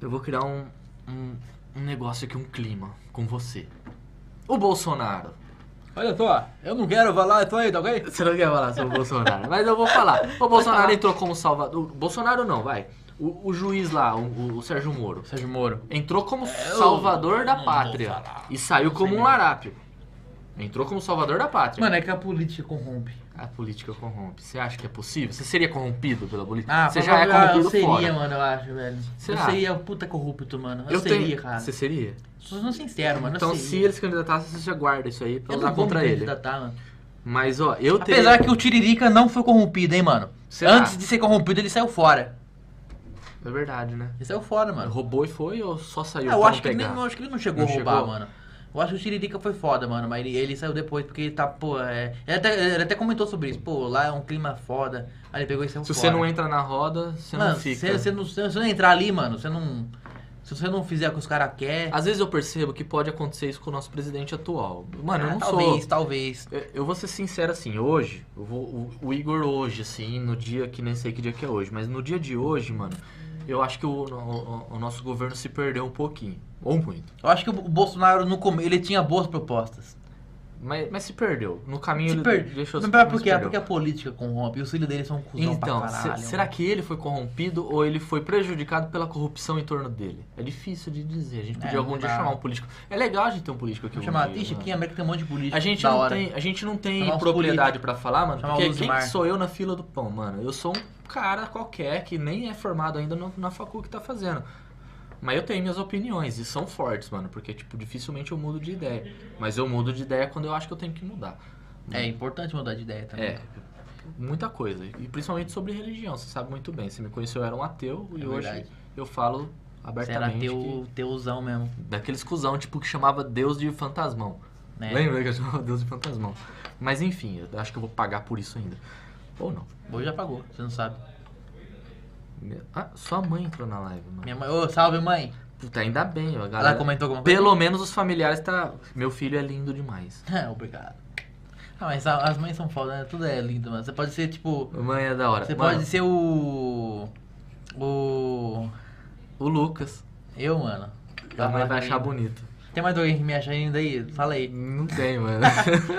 [SPEAKER 1] Eu vou criar um, um, um negócio aqui, um clima com você. O Bolsonaro.
[SPEAKER 2] Olha só, eu não quero falar isso aí, tá ok?
[SPEAKER 1] Você não quer falar sobre o Bolsonaro, mas eu vou falar. O Bolsonaro entrou como salvador. Bolsonaro não, vai. O, o juiz lá, o, o- o Sérgio Moro,
[SPEAKER 2] Sérgio Moro.
[SPEAKER 1] entrou como
[SPEAKER 2] Eu
[SPEAKER 1] salvador da
[SPEAKER 2] não
[SPEAKER 1] pátria
[SPEAKER 2] vou falar.
[SPEAKER 1] e saiu como um larápio. Entrou como salvador da pátria.
[SPEAKER 2] Mano, é que a política corrompe.
[SPEAKER 1] A política corrompe. Você acha que é possível? Você seria corrompido pela política?
[SPEAKER 2] Ah,
[SPEAKER 1] você já é
[SPEAKER 2] provavelmente- ah,
[SPEAKER 1] corrompido
[SPEAKER 2] eu seria,
[SPEAKER 1] fora.
[SPEAKER 2] mano, eu acho, velho.
[SPEAKER 1] Será?
[SPEAKER 2] Eu seria um puta corrupto, mano. Eu,
[SPEAKER 1] tenho-
[SPEAKER 2] seria, cara.
[SPEAKER 1] Você seria?
[SPEAKER 2] Sou sendo sincero, mano.
[SPEAKER 1] então,
[SPEAKER 2] eu
[SPEAKER 1] se
[SPEAKER 2] seria.
[SPEAKER 1] ele se candidatasse, você já guarda isso aí pra
[SPEAKER 2] eu
[SPEAKER 1] usar
[SPEAKER 2] não vou
[SPEAKER 1] contra
[SPEAKER 2] me
[SPEAKER 1] ele.
[SPEAKER 2] candidatar, mano.
[SPEAKER 1] Mas, ó, eu teria...
[SPEAKER 2] Apesar que o Tiririca não foi corrompido, hein, mano.
[SPEAKER 1] Será?
[SPEAKER 2] Antes de ser corrompido, ele saiu fora.
[SPEAKER 1] É verdade, né?
[SPEAKER 2] Ele saiu fora, mano.
[SPEAKER 1] Roubou e foi ou só saiu
[SPEAKER 2] Ah, eu
[SPEAKER 1] pra
[SPEAKER 2] acho
[SPEAKER 1] não
[SPEAKER 2] que, ele
[SPEAKER 1] pegar?
[SPEAKER 2] nem, eu acho que ele não chegou
[SPEAKER 1] Não
[SPEAKER 2] a roubar,
[SPEAKER 1] chegou?
[SPEAKER 2] mano. Eu acho que o Tiririca foi foda, mano. Mas ele, ele saiu depois porque ele tá, pô, é... Ele até, ele até comentou sobre isso. Pô, lá é um clima foda. Aí ele pegou e saiu
[SPEAKER 1] Se
[SPEAKER 2] fora.
[SPEAKER 1] você não entra na roda, você
[SPEAKER 2] mano,
[SPEAKER 1] não fica.
[SPEAKER 2] Se você não, se você não entrar ali, mano, você não... Se você não fizer o que os caras querem...
[SPEAKER 1] Às vezes eu percebo que pode acontecer isso com o nosso presidente atual. Mano, eu não
[SPEAKER 2] É, talvez,
[SPEAKER 1] sou.
[SPEAKER 2] talvez.
[SPEAKER 1] Eu- Eu vou ser sincero assim, hoje, eu vou, o, o Igor hoje, assim, no dia que nem sei que dia que é hoje, mas no dia de hoje, mano, eu acho que o, o- o nosso governo se perdeu um pouquinho. Ou muito.
[SPEAKER 2] Eu acho que o Bolsonaro, no começo, ele tinha boas propostas.
[SPEAKER 1] Mas, mas se perdeu. No caminho
[SPEAKER 2] Se
[SPEAKER 1] ele
[SPEAKER 2] per...
[SPEAKER 1] deixou
[SPEAKER 2] Mas
[SPEAKER 1] mas
[SPEAKER 2] por
[SPEAKER 1] se
[SPEAKER 2] quê? Ah,
[SPEAKER 1] perdeu.
[SPEAKER 2] Porque a política corrompe. E os filhos dele são um cuzão
[SPEAKER 1] Então,
[SPEAKER 2] pra
[SPEAKER 1] se-
[SPEAKER 2] caralho.
[SPEAKER 1] será que ele foi corrompido ou ele foi prejudicado pela corrupção em torno dele? É difícil de dizer. A gente
[SPEAKER 2] É,
[SPEAKER 1] podia algum
[SPEAKER 2] não
[SPEAKER 1] dia
[SPEAKER 2] dá.
[SPEAKER 1] chamar um político. É legal a gente ter um político aqui.
[SPEAKER 2] Vou
[SPEAKER 1] um
[SPEAKER 2] chamar...
[SPEAKER 1] dia,
[SPEAKER 2] Ixi,
[SPEAKER 1] né?
[SPEAKER 2] aqui em América tem um monte de político.
[SPEAKER 1] A gente,
[SPEAKER 2] da
[SPEAKER 1] não
[SPEAKER 2] hora.
[SPEAKER 1] tem, a gente não tem
[SPEAKER 2] Chamar os
[SPEAKER 1] propriedade pra falar, mano,
[SPEAKER 2] Chamar o
[SPEAKER 1] porque quem
[SPEAKER 2] Luzimar.
[SPEAKER 1] que sou eu na fila do pão, mano? Eu sou um cara qualquer que nem é formado ainda no- na facul que tá fazendo. Mas eu tenho minhas opiniões e são fortes, mano, porque, tipo, dificilmente eu mudo de ideia. Mas eu mudo de ideia quando eu acho que eu tenho que mudar.
[SPEAKER 2] É importante mudar de ideia também.
[SPEAKER 1] É, muita coisa. E principalmente sobre religião, você sabe muito bem. Você me conheceu, eu era um ateu e
[SPEAKER 2] É
[SPEAKER 1] hoje
[SPEAKER 2] verdade.
[SPEAKER 1] eu falo
[SPEAKER 2] Você era
[SPEAKER 1] abertamente
[SPEAKER 2] teu, teuzão mesmo.
[SPEAKER 1] que- daqueles cuzão, tipo, que chamava Deus de fantasmão.
[SPEAKER 2] Né?
[SPEAKER 1] Lembra que eu chamava Deus de fantasmão. Mas enfim, eu acho que eu vou pagar por isso ainda. Ou não.
[SPEAKER 2] Hoje já pagou, você não sabe.
[SPEAKER 1] Meu- Ah, sua mãe entrou na live, mano.
[SPEAKER 2] Minha mãe... Ô, salve, mãe.
[SPEAKER 1] Puta, ainda bem, a
[SPEAKER 2] Ela
[SPEAKER 1] galera.
[SPEAKER 2] comentou alguma coisa?
[SPEAKER 1] Pelo menos os familiares tá. Meu filho é lindo demais.
[SPEAKER 2] É, Obrigado. Ah, mas a- as mães são foda, né? Tudo é lindo, mano. Você pode ser, tipo...
[SPEAKER 1] Mãe é da hora.
[SPEAKER 2] Você
[SPEAKER 1] Mano,
[SPEAKER 2] pode ser o... O...
[SPEAKER 1] O Lucas.
[SPEAKER 2] Eu, mano.
[SPEAKER 1] A mãe
[SPEAKER 2] falar
[SPEAKER 1] vai
[SPEAKER 2] comigo.
[SPEAKER 1] achar bonito.
[SPEAKER 2] Tem mais alguém que me acha ainda aí? Fala aí.
[SPEAKER 1] Não tem, mano.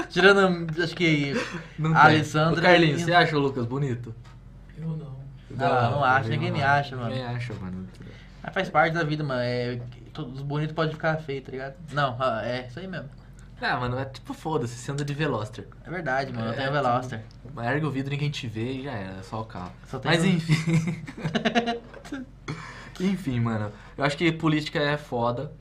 [SPEAKER 2] Tirando, acho que.
[SPEAKER 1] Não
[SPEAKER 2] a
[SPEAKER 1] tem.
[SPEAKER 2] Alessandra.
[SPEAKER 1] Ô, Carlinhos,
[SPEAKER 2] e-
[SPEAKER 1] você acha o Lucas bonito?
[SPEAKER 3] Eu não.
[SPEAKER 2] Não, não acho, ninguém me acha, mano.
[SPEAKER 1] Ninguém acha, mano.
[SPEAKER 2] Ah, Faz parte da vida, mano. É, todos bonitos podem ficar feios, tá ligado? Não, ah, é isso aí mesmo.
[SPEAKER 1] Ah, mano, é tipo foda-se, você anda de Veloster.
[SPEAKER 2] É verdade, mano. Eu
[SPEAKER 1] É,
[SPEAKER 2] tenho Veloster.
[SPEAKER 1] Erga o vidro, ninguém te vê e já era, é só o carro.
[SPEAKER 2] Só tem
[SPEAKER 1] Mas
[SPEAKER 2] um.
[SPEAKER 1] enfim. enfim, mano. Eu acho que política é foda.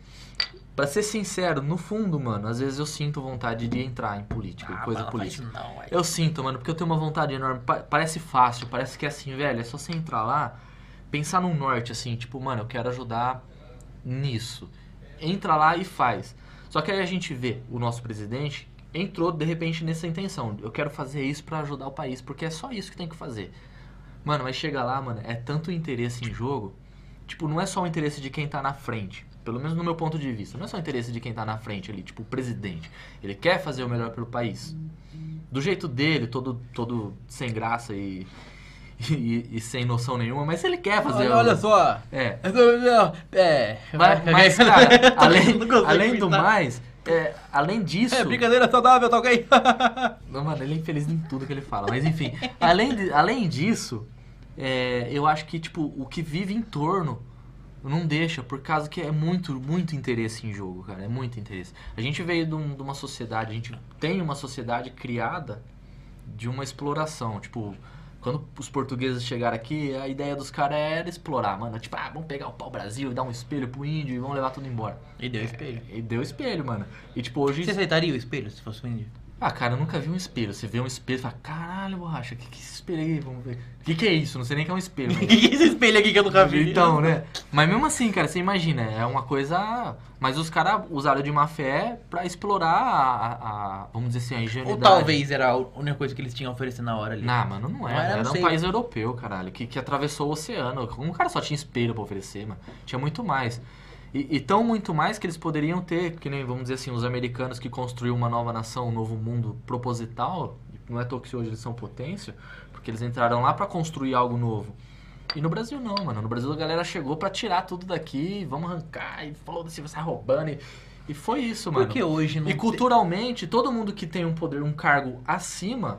[SPEAKER 1] Pra ser sincero, no fundo, mano, às vezes eu sinto vontade de entrar em política,
[SPEAKER 2] Ah,
[SPEAKER 1] Tipo, coisa
[SPEAKER 2] mano,
[SPEAKER 1] política.
[SPEAKER 2] Não, faz isso não, ué.
[SPEAKER 1] Eu sinto, mano, porque eu tenho uma vontade enorme. Pa- parece fácil, parece que é assim, velho. É só você entrar lá, pensar num norte, assim, tipo, mano, eu quero ajudar nisso. Entra lá e faz. Só que aí a gente vê o nosso presidente entrou de repente nessa intenção. Eu quero fazer isso pra ajudar o país, porque é só isso que tem que fazer. Mano, mas chega lá, mano, é tanto interesse em jogo. Tipo, não é só o interesse de quem tá na frente. Pelo menos no meu ponto de vista. Não é só o interesse de quem tá na frente ali, tipo, o presidente. Ele quer fazer o melhor pelo país. Do jeito dele, todo, todo sem graça e, e, e sem noção nenhuma, mas ele quer fazer
[SPEAKER 2] Olha,
[SPEAKER 1] o-
[SPEAKER 2] olha só.
[SPEAKER 1] É.
[SPEAKER 2] Eu tô- não, É.
[SPEAKER 1] Mas,
[SPEAKER 2] Vai-
[SPEAKER 1] mas,
[SPEAKER 2] vai-
[SPEAKER 1] cara,
[SPEAKER 2] Não
[SPEAKER 1] além,
[SPEAKER 2] consigo
[SPEAKER 1] além do
[SPEAKER 2] imitar.
[SPEAKER 1] mais, é, além disso.
[SPEAKER 2] É brincadeira saudável, tá ok?
[SPEAKER 1] Não, mano, ele é infeliz em tudo que ele fala. Mas enfim, além, de- além disso, é, eu acho que, tipo, o que vive em torno não deixa, por causa que é muito, muito interesse em jogo, cara. É muito interesse. A gente veio de, um- de uma sociedade, a gente tem uma sociedade criada de uma exploração. Tipo, quando os portugueses chegaram aqui, a ideia dos caras era explorar, mano. Tipo, ah, vamos pegar o pau-brasil e dar um espelho pro índio e vamos levar tudo embora.
[SPEAKER 2] E deu espelho.
[SPEAKER 1] E deu espelho, mano. E, tipo, hoje...
[SPEAKER 2] Você aceitaria o espelho se fosse um índio?
[SPEAKER 1] Ah, cara, eu nunca vi um espelho. Você vê um espelho e fala, caralho, borracha, que que é esse espelho aí? Vamos ver. Que que é isso? Não sei nem que é um espelho.
[SPEAKER 2] O
[SPEAKER 1] mas-
[SPEAKER 2] que é esse espelho aqui que eu nunca vi?
[SPEAKER 1] então, né? Mas mesmo assim, cara, você imagina, é uma coisa. Mas os caras usaram de má fé pra explorar a, a- a- Vamos dizer assim, a
[SPEAKER 2] Ou
[SPEAKER 1] ingenuidade.
[SPEAKER 2] talvez era a única coisa que eles tinham a oferecer na hora ali.
[SPEAKER 1] Não, mano, não
[SPEAKER 2] Não
[SPEAKER 1] era.
[SPEAKER 2] era,
[SPEAKER 1] Era,
[SPEAKER 2] não
[SPEAKER 1] um
[SPEAKER 2] sei.
[SPEAKER 1] país europeu, caralho, que, que atravessou o oceano. Um cara só tinha espelho pra oferecer, mano. Tinha muito mais. E, e tão muito mais que eles poderiam ter, que nem, vamos dizer assim, os americanos que construíram uma nova nação, um novo mundo proposital. E Não é à toa que hoje eles são potência, porque eles entraram lá pra construir algo novo. E no Brasil não, mano. No Brasil a galera chegou pra tirar tudo daqui, vamos arrancar, e falou se você tá roubando. E, e foi isso, mano.
[SPEAKER 2] Por que hoje não
[SPEAKER 1] E
[SPEAKER 2] tem-
[SPEAKER 1] culturalmente, todo mundo que tem um poder, um cargo acima,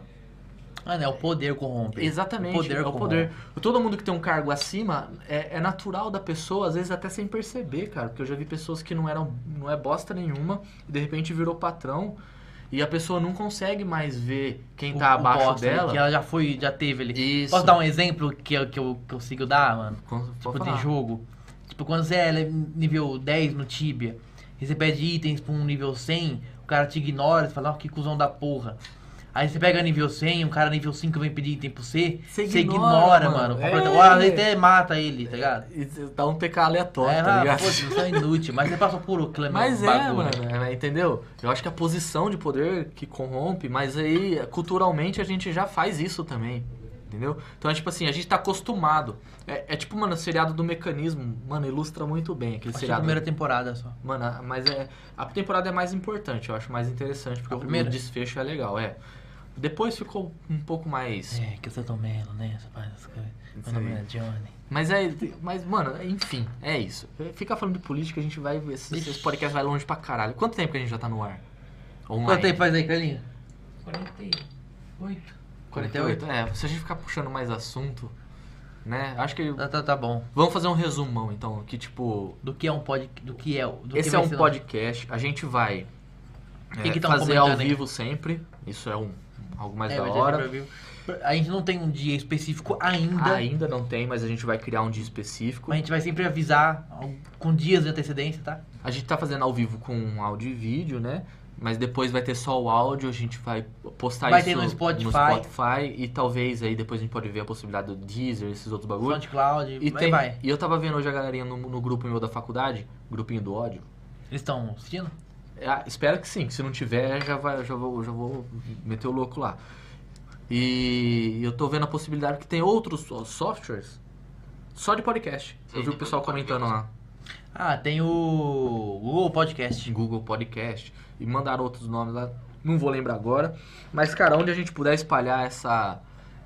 [SPEAKER 2] Ah, né? O poder corrompe.
[SPEAKER 1] Exatamente,
[SPEAKER 2] O poder
[SPEAKER 1] é o
[SPEAKER 2] corrompe.
[SPEAKER 1] poder. Todo mundo que tem um cargo acima, é, é natural da pessoa, às vezes até sem perceber, cara. Porque eu já vi pessoas que não eram, não é bosta nenhuma, e de repente virou patrão, e a pessoa não consegue mais ver quem
[SPEAKER 2] O-
[SPEAKER 1] tá
[SPEAKER 2] o
[SPEAKER 1] abaixo
[SPEAKER 2] bosta, né,
[SPEAKER 1] dela.
[SPEAKER 2] Que ela já foi, já teve ali.
[SPEAKER 1] Isso.
[SPEAKER 2] Posso dar um exemplo que eu, que eu consigo dar, mano?
[SPEAKER 1] Quando-
[SPEAKER 2] Tipo,
[SPEAKER 1] pode
[SPEAKER 2] de
[SPEAKER 1] falar.
[SPEAKER 2] jogo. Tipo, quando você é le- nível 10 no Tibia, e você pede itens pra um nível 100, o cara te ignora, você fala, ó, que cuzão da porra. Aí você pega nível 100, um cara nível 5 vem pedir item pra você,
[SPEAKER 1] Você
[SPEAKER 2] você
[SPEAKER 1] ignora,
[SPEAKER 2] ignora, mano.
[SPEAKER 1] mano.
[SPEAKER 2] completa-
[SPEAKER 1] É.
[SPEAKER 2] Ou às vezes até mata ele, tá ligado?
[SPEAKER 1] E Dá um TK aleatório,
[SPEAKER 2] é,
[SPEAKER 1] tá
[SPEAKER 2] ah,
[SPEAKER 1] ligado?
[SPEAKER 2] pô, você é inútil, mas você passou por o Clemente.
[SPEAKER 1] Mas é,
[SPEAKER 2] um bagulho.
[SPEAKER 1] mano, é, entendeu? Eu acho que a posição de poder que corrompe, mas aí culturalmente a gente já faz isso também. Entendeu? Então é tipo assim, a gente tá acostumado. É, é tipo, mano, o seriado do mecanismo, mano, ilustra muito bem aquele
[SPEAKER 2] Achei a
[SPEAKER 1] seriado.
[SPEAKER 2] primeira temporada só.
[SPEAKER 1] Mano, a- mas é. A temporada é mais importante, eu acho mais interessante, porque
[SPEAKER 2] A
[SPEAKER 1] o-
[SPEAKER 2] primeira?
[SPEAKER 1] o desfecho é legal, é. Depois ficou um pouco mais.
[SPEAKER 2] É, que você tomelo, né? Você faz essas coisas. Meu nome é Johnny.
[SPEAKER 1] Mas é. Mas, mano, enfim, é isso. Ficar falando de política, a gente vai. Esse, esse
[SPEAKER 2] Ixi.
[SPEAKER 1] podcast vai longe pra caralho. Quanto tempo que a gente já tá no ar? Online?
[SPEAKER 2] Quanto tempo faz aí, Carlinhos?
[SPEAKER 3] 48.
[SPEAKER 1] 48? É, se a gente ficar puxando mais assunto, né? Acho que.
[SPEAKER 2] Tá, tá, tá bom.
[SPEAKER 1] Vamos fazer um resumão, então, que tipo.
[SPEAKER 2] Do que é um pod... Do que é... o- Do
[SPEAKER 1] Esse
[SPEAKER 2] que
[SPEAKER 1] é
[SPEAKER 2] vai
[SPEAKER 1] um
[SPEAKER 2] ser-
[SPEAKER 1] podcast, a gente vai
[SPEAKER 2] que
[SPEAKER 1] é,
[SPEAKER 2] que tão
[SPEAKER 1] fazer ao
[SPEAKER 2] comentando aí?
[SPEAKER 1] vivo sempre. Isso é um algo mais
[SPEAKER 2] É,
[SPEAKER 1] da
[SPEAKER 2] vai ter
[SPEAKER 1] hora.
[SPEAKER 2] sempre ao vivo. A gente não tem um dia específico ainda.
[SPEAKER 1] Ainda não tem, mas a gente vai criar um dia específico.
[SPEAKER 2] Mas a gente vai sempre avisar ao- com dias de antecedência, tá?
[SPEAKER 1] A gente tá fazendo ao vivo com áudio e vídeo, né? Mas depois vai ter só o áudio, a gente vai postar
[SPEAKER 2] Vai
[SPEAKER 1] isso
[SPEAKER 2] ter no Spotify.
[SPEAKER 1] Spotify, E talvez aí depois a gente pode ver a possibilidade do Deezer, esses outros bagulhos.
[SPEAKER 2] SoundCloud,
[SPEAKER 1] E,
[SPEAKER 2] e
[SPEAKER 1] tem-
[SPEAKER 2] vai.
[SPEAKER 1] e eu tava vendo hoje a galerinha no, no grupo meu da faculdade, grupinho do ódio.
[SPEAKER 2] Eles estão assistindo?
[SPEAKER 1] Ah, espero que sim, que se não tiver, já, vai, já, vou, já vou meter o louco lá. E eu tô vendo a possibilidade que tem outros so- softwares só de podcast. Eu vi o pessoal comentando lá.
[SPEAKER 2] Ah, tem o Google Podcast.
[SPEAKER 1] Google Podcast e mandaram outros nomes lá, não vou lembrar agora. Mas, cara, onde a gente puder espalhar essa,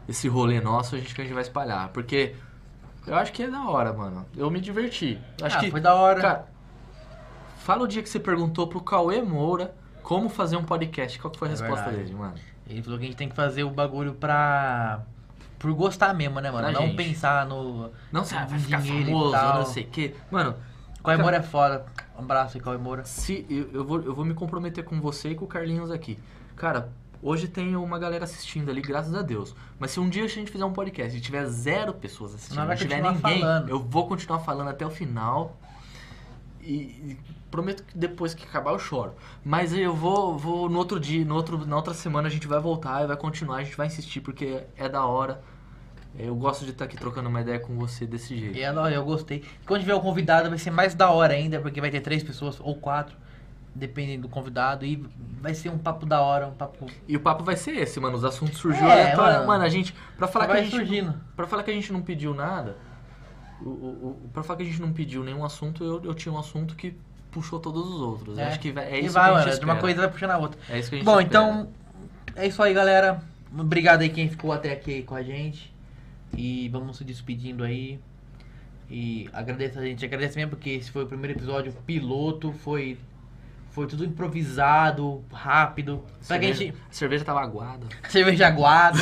[SPEAKER 1] esse rolê nosso, a gente, que a gente vai espalhar. Porque eu acho que é da hora, mano. Eu me diverti. Acho
[SPEAKER 2] ah,
[SPEAKER 1] que,
[SPEAKER 2] foi da hora.
[SPEAKER 1] Cara, fala o dia que você perguntou pro Cauê Moura como fazer um podcast. Qual que foi a
[SPEAKER 2] É
[SPEAKER 1] resposta
[SPEAKER 2] verdade.
[SPEAKER 1] dele, mano?
[SPEAKER 2] Ele falou que a gente tem que fazer o bagulho pra... Por gostar mesmo, né, mano?
[SPEAKER 1] Pra
[SPEAKER 2] não
[SPEAKER 1] gente.
[SPEAKER 2] pensar no...
[SPEAKER 1] Não sei, ah, vai ficar
[SPEAKER 2] Dinheiro e
[SPEAKER 1] famoso,
[SPEAKER 2] tal.
[SPEAKER 1] não sei o quê. Mano,
[SPEAKER 2] Cauê
[SPEAKER 1] Então-
[SPEAKER 2] Moura é foda. Um abraço aí, Cauê Moura.
[SPEAKER 1] se eu, eu vou, eu vou me comprometer com você e com o Carlinhos aqui. Cara, hoje tem uma galera assistindo ali, graças a Deus. Mas se um dia a gente fizer um podcast e tiver zero pessoas assistindo,
[SPEAKER 2] Nós
[SPEAKER 1] não
[SPEAKER 2] vai
[SPEAKER 1] tiver
[SPEAKER 2] continuar
[SPEAKER 1] ninguém,
[SPEAKER 2] falando.
[SPEAKER 1] eu vou continuar falando até o final. E, e prometo que depois que acabar eu choro. Mas eu vou, vou no outro dia, no outro, na outra semana a gente vai voltar e vai continuar, a gente vai insistir porque é da hora. Eu gosto de estar aqui trocando uma ideia com você desse jeito.
[SPEAKER 2] é, E é nóis, eu gostei. Quando tiver o convidado vai ser mais da hora ainda, porque vai ter três pessoas ou quatro. dependendo do convidado, e vai ser um papo da hora, um papo.
[SPEAKER 1] E o papo vai ser esse, mano. Os assuntos surgiu
[SPEAKER 2] É,
[SPEAKER 1] aleatório.
[SPEAKER 2] mano.
[SPEAKER 1] Mano. a gente. Pra falar que a
[SPEAKER 2] vai
[SPEAKER 1] gente.
[SPEAKER 2] surgindo.
[SPEAKER 1] Pra falar que a gente não pediu nada. O, o, o- pra falar que a gente não pediu nenhum assunto, eu, eu tinha um assunto que puxou todos os outros.
[SPEAKER 2] É.
[SPEAKER 1] Acho que vai- é
[SPEAKER 2] e
[SPEAKER 1] isso
[SPEAKER 2] vai,
[SPEAKER 1] que a gente
[SPEAKER 2] mano, de
[SPEAKER 1] espera.
[SPEAKER 2] uma coisa vai puxando a outra.
[SPEAKER 1] É isso que a gente
[SPEAKER 2] Bom,
[SPEAKER 1] espera.
[SPEAKER 2] então é isso aí, galera. Obrigado aí quem ficou até aqui aí com a gente. E vamos se despedindo aí. E agradeço a gente, agradeço mesmo porque esse foi o primeiro episódio piloto, foi foi tudo improvisado, rápido. Pra que a
[SPEAKER 1] cerveja,
[SPEAKER 2] gente
[SPEAKER 1] a cerveja tava aguada.
[SPEAKER 2] cerveja aguada.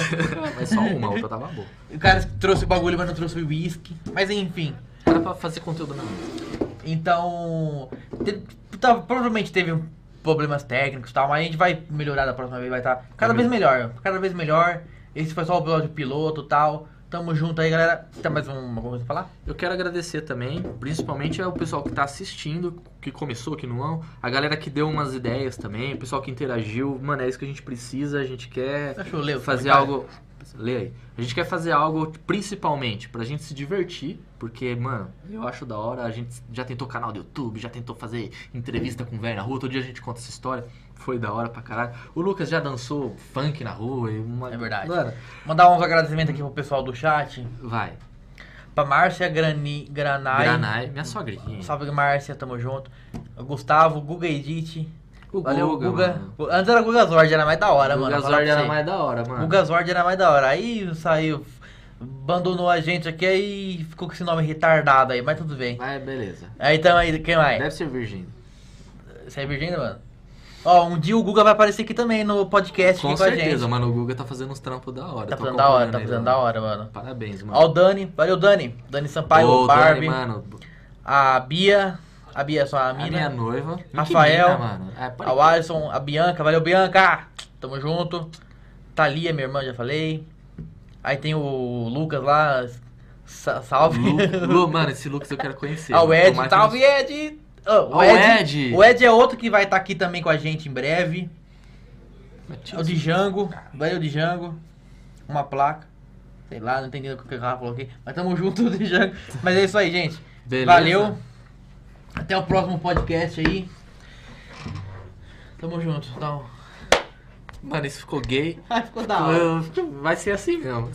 [SPEAKER 1] Mas só uma, a outra tava boa.
[SPEAKER 2] o cara trouxe o bagulho, mas não trouxe o whisky. Mas enfim,
[SPEAKER 1] Era pra fazer conteúdo na mesa.
[SPEAKER 2] Então, te- tá- provavelmente teve um problemas técnicos e tal, mas a gente vai melhorar da próxima vez, vai estar cada vez melhor, cada vez melhor. Esse foi só o episódio piloto e tal. Tamo junto aí, galera. Tem mais um- alguma coisa pra falar?
[SPEAKER 1] Eu quero agradecer também, principalmente ao pessoal que tá assistindo, que começou, que não, a galera que deu umas ideias também, o pessoal que interagiu. Mano, é isso que a gente precisa, a gente quer
[SPEAKER 2] Deixa eu ler os
[SPEAKER 1] fazer
[SPEAKER 2] comentários.
[SPEAKER 1] algo. Lê aí. A gente quer fazer algo principalmente pra gente se divertir, porque, mano, eu acho da hora. A gente já tentou canal do YouTube, já tentou fazer entrevista com velho na rua. Todo dia a gente conta essa história. Foi da hora pra caralho. O Lucas já dançou funk na rua. E uma...
[SPEAKER 2] É verdade.
[SPEAKER 1] Mano,
[SPEAKER 2] Mandar uns agradecimentos aqui pro pessoal do chat.
[SPEAKER 1] vai.
[SPEAKER 2] Pra Márcia Grani, Granai.
[SPEAKER 1] Granai, minha sogrinha.
[SPEAKER 2] Salve Márcia, tamo junto. Gustavo, Guga Edit.
[SPEAKER 1] O
[SPEAKER 2] Valeu,
[SPEAKER 1] Guga,
[SPEAKER 2] Guga.
[SPEAKER 1] mano.
[SPEAKER 2] Antes era Guga Zord, era mais da hora,
[SPEAKER 1] o
[SPEAKER 2] mano.
[SPEAKER 1] Lucas
[SPEAKER 2] falar pra
[SPEAKER 1] Zord era
[SPEAKER 2] você.
[SPEAKER 1] mais da hora, mano.
[SPEAKER 2] O Gazord era mais da hora. Aí saiu, abandonou a gente aqui aí ficou com esse nome retardado aí, mas tudo bem.
[SPEAKER 1] Mas beleza.
[SPEAKER 2] Aí então aí, quem mais?
[SPEAKER 1] Deve ser virgem.
[SPEAKER 2] Você é virgem, mano? Ó, um dia o Guga vai aparecer aqui também no podcast
[SPEAKER 1] Com
[SPEAKER 2] aqui
[SPEAKER 1] certeza,
[SPEAKER 2] com a gente.
[SPEAKER 1] mano. O Guga tá fazendo uns trampos da hora.
[SPEAKER 2] Tá
[SPEAKER 1] Tô
[SPEAKER 2] fazendo da hora,
[SPEAKER 1] acompanhando
[SPEAKER 2] tá
[SPEAKER 1] ele,
[SPEAKER 2] fazendo
[SPEAKER 1] mano.
[SPEAKER 2] da hora, mano.
[SPEAKER 1] Parabéns, mano.
[SPEAKER 2] Ó, o Dani, valeu Dani. Dani Sampaio,
[SPEAKER 1] Ô,
[SPEAKER 2] o Barbie,
[SPEAKER 1] Dani, mano.
[SPEAKER 2] a Bia, a Bia é só a
[SPEAKER 1] A minha
[SPEAKER 2] mina,
[SPEAKER 1] noiva. E que mina,
[SPEAKER 2] Rafael.
[SPEAKER 1] mano. É, pode-
[SPEAKER 2] a Alisson, a Bianca, valeu Bianca! Tamo junto. Thalia, minha irmã, já falei. Aí tem o Lucas lá, sa- salve.
[SPEAKER 1] Lu, Lu- mano, esse Lucas eu quero conhecer.
[SPEAKER 2] Ah, o Ed,
[SPEAKER 1] Tomara que
[SPEAKER 2] salve
[SPEAKER 1] não-
[SPEAKER 2] Ed! Ah,
[SPEAKER 1] Ah, o Ed!
[SPEAKER 2] O Ed é outro que vai estar aqui também com a gente em breve. É o
[SPEAKER 1] Matias.
[SPEAKER 2] Django, valeu Django. Uma placa. Sei lá, não entendi o que o cara falou aqui. Mas tamo junto, Django. Mas é isso aí, gente.
[SPEAKER 1] Beleza.
[SPEAKER 2] Valeu. Até o próximo podcast aí. Tamo junto. Então.
[SPEAKER 1] Mano, isso ficou gay.
[SPEAKER 2] Ah. Ai, ficou da hora.
[SPEAKER 1] Vai ser assim mesmo.